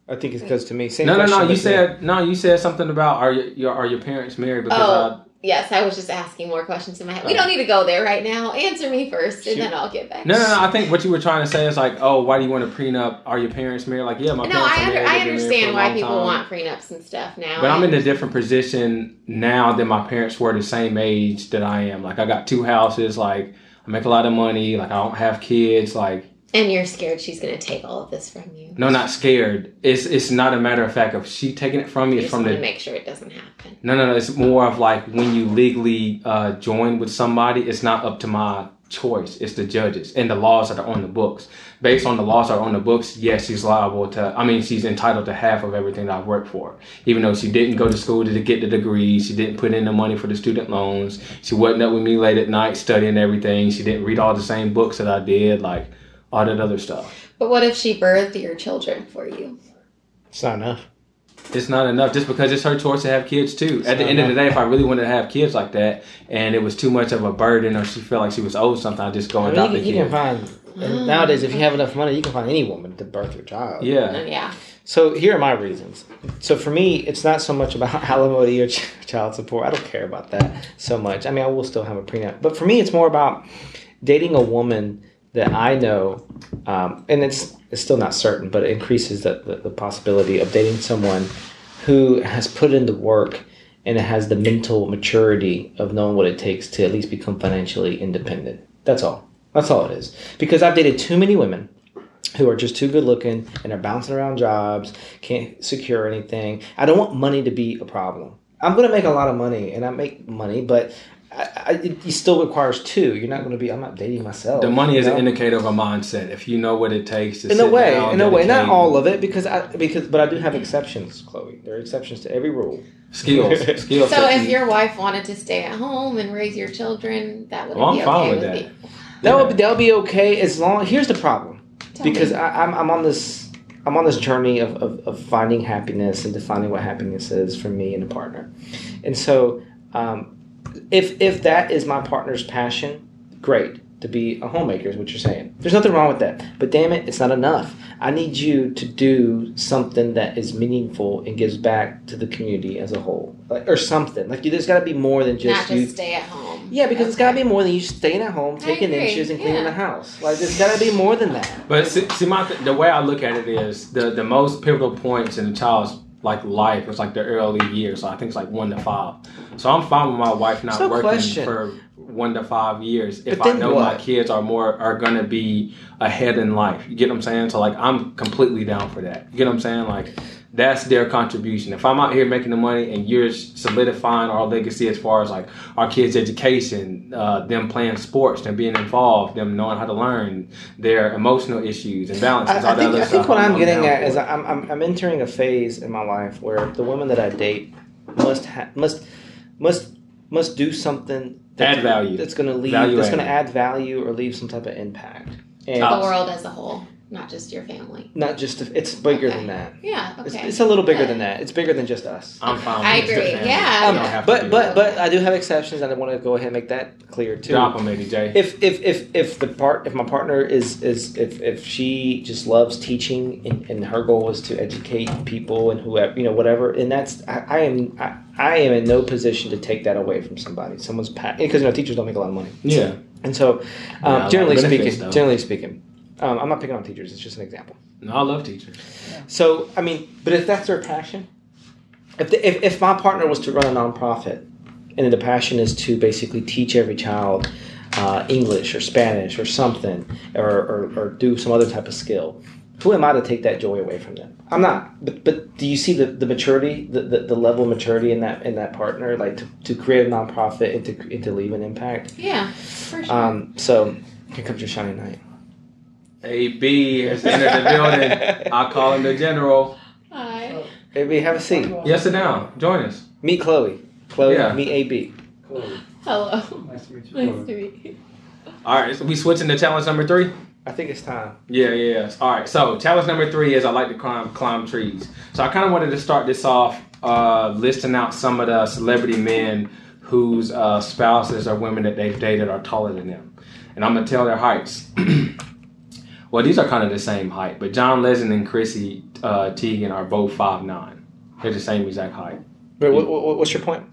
Speaker 3: I think it's because to me. Same
Speaker 2: no, no,
Speaker 3: question,
Speaker 2: no.
Speaker 3: but
Speaker 2: You
Speaker 3: to
Speaker 2: said no. You said something about are your, your are your parents married? Because uh,
Speaker 1: Oh. Yes, I was just asking more questions in my head. We don't need to go there right now. Answer me first, and
Speaker 3: Shoot.
Speaker 1: then I'll get back.
Speaker 2: I, no, no, no. I think what you were trying to say is like, oh, why do you want a prenup? Are your parents married? Like, yeah, my
Speaker 1: No,
Speaker 2: parents
Speaker 1: I,
Speaker 2: are
Speaker 1: under,
Speaker 2: married.
Speaker 1: I
Speaker 2: They've been married for
Speaker 1: understand
Speaker 2: a
Speaker 1: why
Speaker 2: long
Speaker 1: people
Speaker 2: time.
Speaker 1: want prenups and stuff now.
Speaker 2: But I'm in a different position now than my parents were the same age that I am. Like, I got two houses. Like, I make a lot of money. Like, I don't have kids. Like,
Speaker 1: and you're scared she's going to take all of this from you.
Speaker 2: no, not scared. It's it's not a matter of fact of she taking it from me.
Speaker 1: You
Speaker 2: It's
Speaker 1: just
Speaker 2: from
Speaker 1: want
Speaker 2: the
Speaker 1: to make sure it doesn't happen.
Speaker 2: No, no, no. It's more of like when you legally uh, join with somebody, it's not up to my choice. It's the judges and the laws that are on the books. Based on the laws that are on the books, yes, she's liable to, I mean, she's entitled to half of everything that I've worked for. Even though she didn't go to school to get the degree, she didn't put in the money for the student loans, she wasn't up with me late at night studying everything, she didn't read all the same books that I did, like all that other stuff.
Speaker 1: But what if she birthed your children for you?
Speaker 3: me. It's not enough.
Speaker 2: It's not enough just because it's her choice to have kids too. At the end of the day, if I really wanted to have kids like that, and it was too much of a burden, or she felt like she was owed something, I just go
Speaker 3: I
Speaker 2: and
Speaker 3: mean, you,
Speaker 2: adopt the
Speaker 3: can, you can
Speaker 2: kid.
Speaker 3: find and nowadays if you have enough money, you can find any woman to birth your child.
Speaker 2: Yeah,
Speaker 1: And Oh, yeah.
Speaker 3: So here are my reasons. So for me, it's not so much about alimony or ch- child support. I don't care about that so much. I mean, I will still have a prenup, but for me, it's more about dating a woman that I know, um, and it's it's still not certain, but it increases the, the, the possibility of dating someone who has put in the work and it has the mental maturity of knowing what it takes to at least become financially independent. That's all. That's all it is. Because I've dated too many women who are just too good looking and are bouncing around jobs, can't secure anything. I don't want money to be a problem. I'm going to make a lot of money and I make money, but I, I, it, it still requires two. You're not going to be, I'm not dating myself.
Speaker 2: The money
Speaker 3: you
Speaker 2: is an
Speaker 3: know?
Speaker 2: indicator of a mindset. If you know what it takes to
Speaker 3: in a
Speaker 2: sit
Speaker 3: way,
Speaker 2: down,
Speaker 3: in a way, not
Speaker 2: dedicate-
Speaker 3: all of it because I because but I do have exceptions, Chloe. There are exceptions to every rule.
Speaker 2: skills, skills.
Speaker 1: So
Speaker 2: that
Speaker 1: if
Speaker 2: you-
Speaker 1: your wife wanted to stay at home and raise your children, that would
Speaker 2: Well, Oh, I'm
Speaker 1: be
Speaker 2: fine
Speaker 1: okay
Speaker 2: with
Speaker 1: with,
Speaker 2: that.
Speaker 1: me.
Speaker 3: That
Speaker 2: Yeah.
Speaker 3: would be, that'll be okay as long. Here's the problem
Speaker 1: Tell
Speaker 3: because
Speaker 1: me.
Speaker 3: I, I'm I'm on this I'm on this journey of, of, of finding happiness and defining what happiness is for me and a partner, and so um, if if that is my partner's passion, great to be a homemaker is what you're saying. There's nothing wrong with that, but damn it, it's not enough. I need you to do something that is meaningful and gives back to the community as a whole, like, or something. Like you, there's got to be more than
Speaker 1: not
Speaker 3: just
Speaker 1: just
Speaker 3: you
Speaker 1: stay at home.
Speaker 3: yeah, because it's got to be more than you staying at home,
Speaker 1: I
Speaker 3: taking
Speaker 1: agree,
Speaker 3: inches, and cleaning
Speaker 1: yeah.
Speaker 3: the house. Like, there's got to be more than that.
Speaker 2: But see, see my th- the way I look at it is the the most pivotal points in a child's like life is like the early years. So I think it's like one to five. So I'm fine with my wife not
Speaker 3: So
Speaker 2: working
Speaker 3: question.
Speaker 2: for one to five years if
Speaker 3: But
Speaker 2: I
Speaker 3: then
Speaker 2: know my
Speaker 3: what?
Speaker 2: kids are more are gonna be ahead in life. You get what I'm saying? So like I'm completely down for that. You get what I'm saying? Like that's their contribution. If I'm out here making the money and you're solidifying our legacy as far as like our kids' education, uh, them playing sports, them being involved, them knowing how to learn, their emotional issues and
Speaker 3: I,
Speaker 2: balances.
Speaker 3: I
Speaker 2: all that
Speaker 3: think,
Speaker 2: other
Speaker 3: I think
Speaker 2: stuff,
Speaker 3: what I'm
Speaker 2: down
Speaker 3: getting at
Speaker 2: for
Speaker 3: is
Speaker 2: it.
Speaker 3: I'm, I'm, I'm entering a phase in my life where the women that I date must ha- must must must do something that-
Speaker 2: Add value.
Speaker 3: that's going to leave
Speaker 2: Value
Speaker 3: that's going to add value or leave some type of impact. And
Speaker 1: the
Speaker 2: Tops.
Speaker 1: world as a whole, not just your family.
Speaker 3: not just it's bigger
Speaker 1: Okay.
Speaker 3: than that.
Speaker 1: Yeah. Okay.
Speaker 3: It's, it's a little bigger
Speaker 1: Good.
Speaker 3: than that. It's bigger than just us.
Speaker 2: I'm fine.
Speaker 1: I
Speaker 2: with it.
Speaker 1: agree.
Speaker 2: It's the family.
Speaker 1: Yeah.
Speaker 2: You
Speaker 1: Um,
Speaker 2: don't have to
Speaker 3: but
Speaker 2: be-
Speaker 3: but but I do have exceptions, and I want to go ahead and make that clear too.
Speaker 2: drop them, Eddie J.
Speaker 3: if if if if the part if my partner is is if if she just loves teaching and, and her goal is to educate people and whoever you know whatever and that's I, I am I, I am in no position to take that away from somebody someone's pat because you know teachers don't make a lot of money
Speaker 2: Yeah,
Speaker 3: and
Speaker 2: Yeah,
Speaker 3: so
Speaker 2: a
Speaker 3: um,
Speaker 2: lot of
Speaker 3: generally
Speaker 2: benefits,
Speaker 3: speaking
Speaker 2: though.
Speaker 3: generally speaking um, I'm not picking on teachers it's just an example.
Speaker 2: no, I love teachers.
Speaker 3: So I mean, but if that's their passion, if, the, if if my partner was to run a nonprofit, and the passion is to basically teach every child uh, English or Spanish or something, or, or or do some other type of skill, who am I to take that joy away from them? I'm not. But but do you see the, the maturity, the, the, the level of maturity in that in that partner, like to, to create a nonprofit and to and to leave an impact?
Speaker 1: Yeah. For sure.
Speaker 3: Um, so here comes your shining night.
Speaker 2: AB has entered the building. I call him the general.
Speaker 1: Hi.
Speaker 2: oh.
Speaker 3: Baby, have a seat.
Speaker 2: Yes, sit down. Join us.
Speaker 3: Meet Chloe. Chloe,
Speaker 2: Yeah.
Speaker 3: meet AB.
Speaker 1: Hello.
Speaker 5: Nice to meet you.
Speaker 1: Nice to meet you.
Speaker 2: All right, so we switching to challenge number three.
Speaker 3: I think it's time.
Speaker 2: Yeah, yeah, yeah. All right. So challenge number three is I like to climb climb trees. So I kind of wanted to start this off uh, listing out some of the celebrity men whose uh, spouses or women that they've dated are taller than them, and I'm gonna tell their heights. well, these are kind of the same height, but John Legend and Chrissy uh, Teigen are both five nine. They're the same exact height.
Speaker 3: But what, what, what's your point?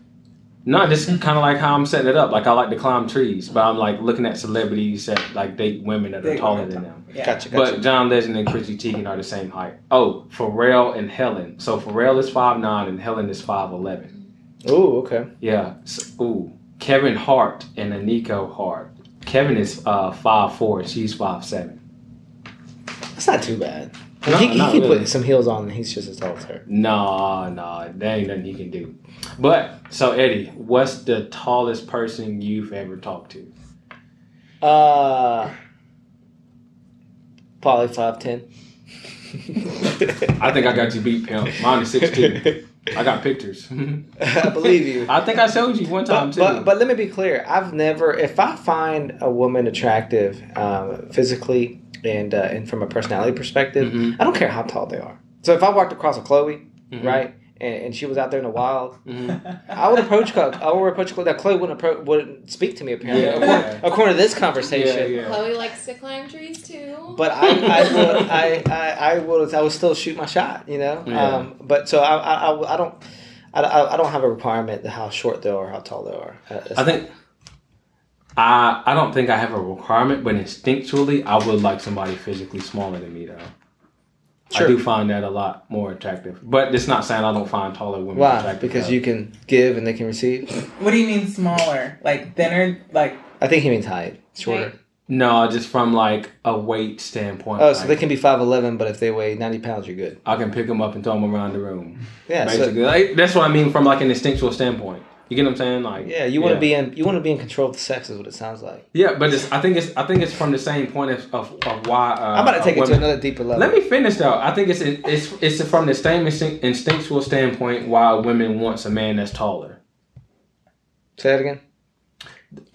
Speaker 2: No, this is kind of like how I'm setting it up. Like I like to climb trees, but I'm like looking at celebrities that like date women that are
Speaker 7: Date
Speaker 2: taller
Speaker 7: women.
Speaker 2: than them.
Speaker 7: Yeah.
Speaker 3: Gotcha,
Speaker 2: But John Legend and Chrissy Teigen are the same height. Oh, Pharrell and Helen. So Pharrell is 5'9 and Helen is 5'11.
Speaker 3: Ooh, okay.
Speaker 2: Yeah. S ooh. Kevin Hart and Aniko Hart. Kevin is uh, 5'4, she's 5'7.
Speaker 3: That's not too bad.
Speaker 2: No,
Speaker 3: he he
Speaker 2: not
Speaker 3: can
Speaker 2: really.
Speaker 3: put some heels on and he's just as tall as her.
Speaker 2: Nah, nah, there ain't nothing you can do. But, so Eddie, what's the tallest person you've ever talked to?
Speaker 3: Uh, probably 5'10.
Speaker 2: I think I got you beat, Pimp. Mine is 6'2. I got pictures.
Speaker 3: I believe you.
Speaker 2: I think I showed you one time,
Speaker 3: But,
Speaker 2: too.
Speaker 3: but, but let me be clear. I've never, if I find a woman attractive um, physically and uh, and from a personality perspective,
Speaker 2: Mhm.
Speaker 3: I don't care how tall they are. So if I walked across a Chloe,
Speaker 2: Mhm.
Speaker 3: right, and, and she was out there in the wild,
Speaker 2: Mhm.
Speaker 3: I would approach Chloe. I would approach Chloe. That Chloe wouldn't appro- wouldn't speak to me apparently.
Speaker 2: Yeah.
Speaker 3: According, according to this conversation,
Speaker 2: Yeah, yeah.
Speaker 1: Chloe likes to climb trees too.
Speaker 3: but I, I would, I, I, I would, I would still shoot my shot, you know.
Speaker 2: Yeah.
Speaker 3: Um, but so I, I, I, I don't, I, I, I don't have a requirement to how short they are, or how tall they are. Uh, it's-
Speaker 2: I think I I don't think I have a requirement, but instinctually I would like somebody physically smaller than me though.
Speaker 3: Sure.
Speaker 2: I do find that a lot more attractive. But it's not saying I don't find taller women
Speaker 3: Why?
Speaker 2: attractive.
Speaker 3: Because
Speaker 2: though.
Speaker 3: you can give and they can receive.
Speaker 7: What do you mean smaller? Like thinner? Like
Speaker 3: I think he means height, shorter.
Speaker 7: Right.
Speaker 2: no, just from like a weight standpoint.
Speaker 3: Oh, so
Speaker 2: like,
Speaker 3: they can be five eleven, but if they weigh ninety pounds, you're good.
Speaker 2: I can pick them up and throw them around the room.
Speaker 3: Yeah. So,
Speaker 2: basically, like, that's what I mean from like an instinctual standpoint. You get what I'm saying? Like
Speaker 3: yeah, you want to be in. You want to be in control of the sex, is what it sounds like.
Speaker 2: Yeah, but it's, I think it's I think it's from the same point of, of, of why. Uh,
Speaker 3: I'm about to take it to
Speaker 2: women-
Speaker 3: another deeper level.
Speaker 2: Let me finish though. I think it's it's it's from the same instinct, instinctual standpoint why women wants a man that's taller.
Speaker 3: Say that again.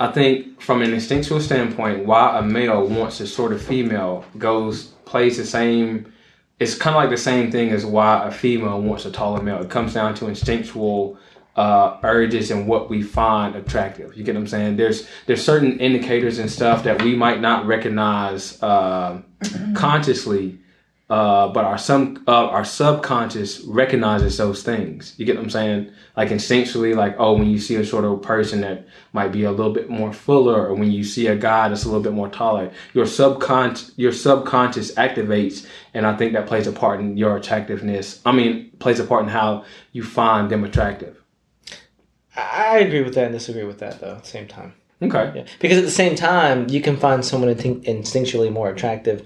Speaker 2: I think from an instinctual standpoint, why a male wants a sort of female goes plays the same. It's kind of like the same thing as why a female wants a taller male. It comes down to instinctual uh, urges and what we find attractive. You get what I'm saying? There's there's certain indicators and stuff that we might not recognize uh, consciously, uh, but our some uh, our subconscious recognizes those things. You get what I'm saying? Like instinctually, like oh, when you see a sort of person that might be a little bit more fuller, or when you see a guy that's a little bit more taller, your subcon your subconscious activates, and I think that plays a part in your attractiveness. I mean, plays a part in how you find them attractive.
Speaker 3: I I agree with that and disagree with that though. At the same time.
Speaker 2: Okay.
Speaker 3: Yeah. Because at the same time, you can find someone intin- instinctually more attractive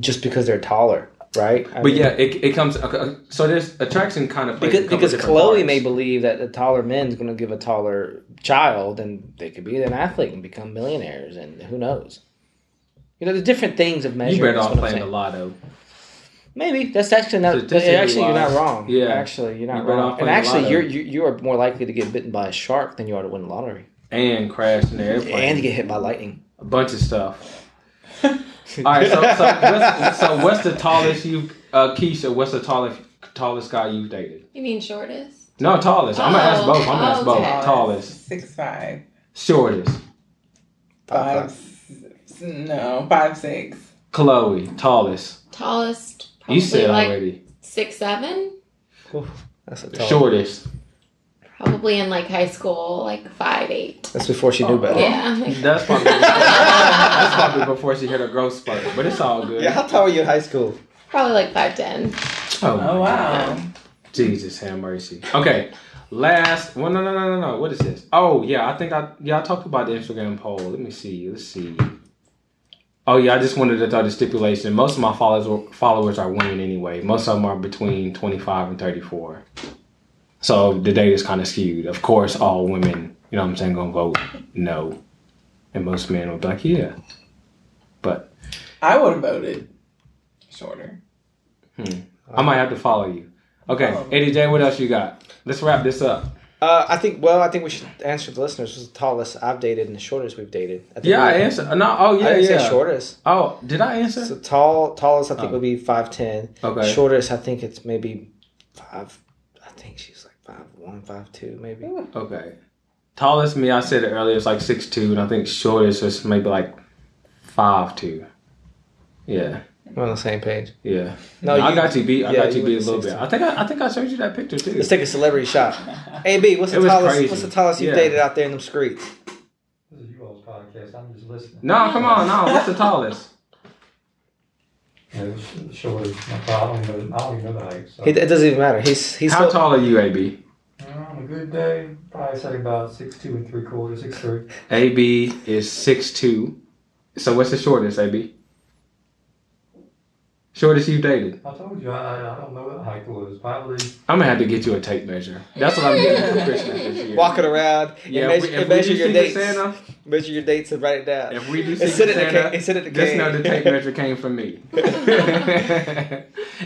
Speaker 3: just because they're taller, right? I
Speaker 2: But
Speaker 3: mean,
Speaker 2: yeah, it, it comes. Okay, so there's attraction kind of plays a
Speaker 3: Because,
Speaker 2: couple
Speaker 3: because
Speaker 2: different
Speaker 3: Chloe
Speaker 2: parts.
Speaker 3: may believe that a taller man's going to give a taller child, and they could be an athlete and become millionaires, and who knows? You know, there's different things of measuring.
Speaker 2: you better
Speaker 3: is
Speaker 2: off
Speaker 3: what I'm
Speaker 2: playing the
Speaker 3: saying.
Speaker 2: lotto.
Speaker 3: Maybe that's actually not. but
Speaker 2: Statistically
Speaker 3: Actually, you're not
Speaker 2: wise,
Speaker 3: wrong.
Speaker 2: yeah.
Speaker 3: actually, you're not
Speaker 2: You better
Speaker 3: wrong.
Speaker 2: off
Speaker 3: And
Speaker 2: playing the
Speaker 3: actually,
Speaker 2: lotto.
Speaker 3: you're you, you are more likely to get bitten by a shark than you are to win the lottery
Speaker 2: and crash in the airplane
Speaker 3: and to get hit by lightning.
Speaker 2: a bunch of stuff. All right, so so what's, so what's the tallest you, uh, Keisha? What's the tallest tallest guy you've dated?
Speaker 1: You mean shortest?
Speaker 2: No, tallest. I'm gonna ask
Speaker 1: Oh,
Speaker 2: both. I'm gonna ask both.
Speaker 1: okay.
Speaker 2: Tallest,
Speaker 7: six five
Speaker 2: shortest.
Speaker 7: five.
Speaker 3: Five,
Speaker 7: s- No, five six.
Speaker 2: Chloe, tallest.
Speaker 1: Tallest? Probably
Speaker 2: You said
Speaker 1: like
Speaker 2: already.
Speaker 1: six seven.
Speaker 3: That's a tall.
Speaker 2: Shortest.
Speaker 1: Probably in like high school, like five eight.
Speaker 3: That's before she knew
Speaker 2: Oh.
Speaker 3: better.
Speaker 1: Yeah.
Speaker 2: That's probably that's probably before she hit her growth spurt, but it's all good.
Speaker 3: Yeah, how tall were you in high school?
Speaker 1: Probably like five ten.
Speaker 2: Oh, my
Speaker 7: Oh wow.
Speaker 2: Jesus, have mercy. Okay, last. Well, no, no, no, no, no. What is this? Oh, yeah. I think I yeah I talked about the Instagram poll. Let me see. Let's see. Oh yeah, I just wanted to throw the stipulation. Most of my followers followers are women anyway. Most of them are between twenty five and thirty four. So the data is kind of skewed. Of course, all women, you know what I'm saying, gonna vote no, and most men will be like yeah. But
Speaker 7: I would have voted shorter.
Speaker 2: I might have to follow you. Okay,
Speaker 7: Oh.
Speaker 2: Eddie J, what else you got? Let's wrap this up.
Speaker 3: Uh, I think. Well, I think we should answer the listeners. Who's the tallest I've dated and the shortest we've dated? I think
Speaker 2: Yeah, I
Speaker 3: we,
Speaker 2: answered. No, oh yeah,
Speaker 3: I didn't
Speaker 2: yeah.
Speaker 3: say shortest.
Speaker 2: Oh, did I answer?
Speaker 3: So tall, tallest I think
Speaker 2: Oh.
Speaker 3: would be five ten.
Speaker 2: okay.
Speaker 3: Shortest I think it's maybe five. I think she's like five one, five two, maybe.
Speaker 2: Okay. Tallest me, I said it earlier, it's like six two, and I think shortest is maybe like five two. Yeah,
Speaker 3: We're on the same page.
Speaker 2: yeah.
Speaker 3: No,
Speaker 2: I
Speaker 3: Oh, you-
Speaker 2: got you beat. I
Speaker 3: yeah,
Speaker 2: got you,
Speaker 3: you
Speaker 2: beat a
Speaker 3: went
Speaker 2: little bit.
Speaker 3: 16.
Speaker 2: I think I, I think I showed you that picture too.
Speaker 3: Let's take a celebrity shot. AB, what's
Speaker 2: It
Speaker 3: the
Speaker 2: was
Speaker 3: tallest?
Speaker 2: crazy.
Speaker 3: What's the tallest you've
Speaker 2: Yeah.
Speaker 3: dated out there in them streets?
Speaker 8: This is your old podcast. I'm just listening.
Speaker 2: No, come on, no. What's the tallest?
Speaker 8: You know, sh- sure, it's my problem, but I don't even know the height. So.
Speaker 3: He, it doesn't even matter. He's he's
Speaker 2: How
Speaker 3: so-
Speaker 2: tall are you, AB?
Speaker 8: On a good day, probably say about six two and three quarters, six three.
Speaker 2: AB is six two. So what's the shortest, AB? Shortest you've dated.
Speaker 8: I told you I, I don't know what the height was. Probably
Speaker 2: I'm gonna have to get you a tape measure. That's what I'm getting for Christmas this year.
Speaker 3: walking around.
Speaker 2: Yeah,
Speaker 3: and measure,
Speaker 2: if we,
Speaker 3: and
Speaker 2: if we
Speaker 3: measure
Speaker 2: do
Speaker 3: your
Speaker 2: Secret
Speaker 3: dates.
Speaker 2: Santa,
Speaker 3: Measure your dates and write it down.
Speaker 2: if we do
Speaker 3: and sit
Speaker 2: Secret
Speaker 3: at the
Speaker 2: Santa,
Speaker 3: ca- and sit at the
Speaker 2: Just
Speaker 3: cave.
Speaker 2: know the tape measure came from me.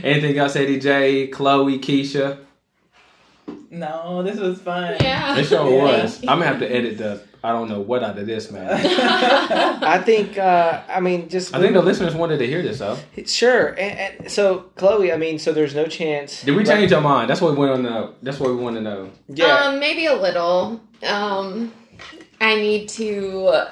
Speaker 2: Anything else, Eddie J, Chloe, Keisha?
Speaker 7: No, this was fun.
Speaker 1: Yeah.
Speaker 2: It sure
Speaker 7: Yeah.
Speaker 2: was. I'm gonna have to edit the. I don't know what out of this, man.
Speaker 3: I think. Uh, I mean, just
Speaker 2: I think the listeners wanted to hear this though.
Speaker 3: sure. And, and so, Chloe. I mean, so there's no chance.
Speaker 2: Did we
Speaker 3: right?
Speaker 2: change our mind? That's what we want to know. That's what we want to know.
Speaker 3: Yeah.
Speaker 1: Um, maybe a little. Um, I need to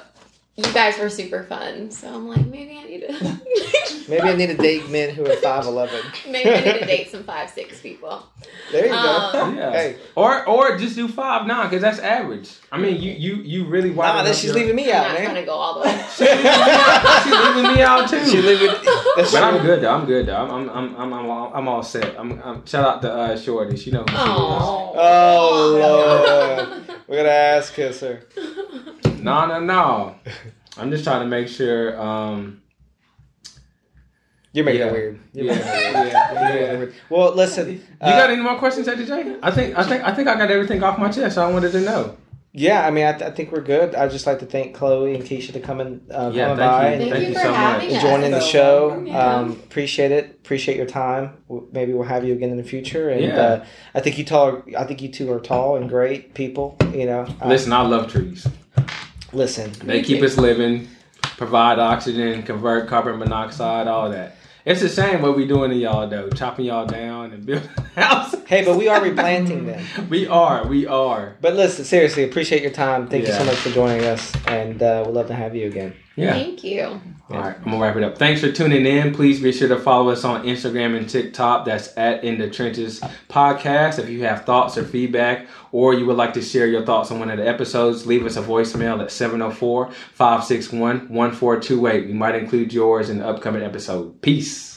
Speaker 1: you guys were super fun, so I'm like, maybe I need to.
Speaker 3: Maybe I need to date men who are five eleven.
Speaker 1: Maybe I need to date some five six people.
Speaker 3: There you go.
Speaker 1: Um,
Speaker 2: Yeah.
Speaker 3: Hey,
Speaker 2: Or or just do five nine because that's average. I mean, you you you really
Speaker 3: nah,
Speaker 2: wide.
Speaker 3: this she's leaving me out,
Speaker 1: I'm not
Speaker 3: man.
Speaker 1: gonna go all the way.
Speaker 2: She's leaving me out too.
Speaker 3: She leaving. That's
Speaker 2: But I'm
Speaker 3: true.
Speaker 2: good though. I'm good though. I'm I'm I'm I'm, I'm, all, I'm all set. I'm, I'm shout out to uh, Shorty. She knows. who she is.
Speaker 1: Oh.
Speaker 3: Oh, We're gonna ask kiss her.
Speaker 2: No no no. I'm just trying to make sure. Um.
Speaker 3: You're making
Speaker 2: Yeah.
Speaker 3: it weird. You're
Speaker 2: Yeah.
Speaker 3: making it weird.
Speaker 2: yeah,
Speaker 3: You're making it
Speaker 2: yeah.
Speaker 3: weird. Well, listen.
Speaker 2: you
Speaker 3: uh,
Speaker 2: got any more questions, AJ? I think I think I think I got everything off my chest. I wanted to know.
Speaker 3: Yeah, I mean, I, th- I think we're good. I'd just like to thank Chloe and Keisha to come and uh,
Speaker 2: Yeah,
Speaker 3: coming
Speaker 2: thank
Speaker 3: by
Speaker 2: you.
Speaker 3: and
Speaker 1: Thank,
Speaker 2: Thank
Speaker 1: you,
Speaker 2: you
Speaker 1: for
Speaker 2: so much.
Speaker 1: having us.
Speaker 3: joining the
Speaker 7: so
Speaker 3: show.
Speaker 1: Yeah.
Speaker 3: Um, appreciate it. Appreciate your time. W- Maybe we'll have you again in the future. And
Speaker 2: Yeah.
Speaker 3: uh, I think you tall. I think you two are tall and great people. You know, Uh,
Speaker 2: Listen, I love trees.
Speaker 3: listen.
Speaker 2: They keep us living, provide oxygen, convert carbon monoxide, all that. It's the same what we doing to y'all though, chopping y'all down and building houses.
Speaker 3: Hey, but we are replanting them.
Speaker 2: We are, we are.
Speaker 3: But listen, seriously, appreciate your time. Thank you so
Speaker 2: Yeah.
Speaker 3: much for joining us, and uh, we'd love to have you again.
Speaker 2: Yeah.
Speaker 1: Thank you.
Speaker 2: All right, I'm gonna wrap it up. Thanks for tuning in. Please be sure to follow us on Instagram and TikTok. That's at In the Trenches Podcast. If you have thoughts or feedback, or you would like to share your thoughts on one of the episodes, leave us a voicemail at 704 561 1428. We might include yours in the upcoming episode. Peace.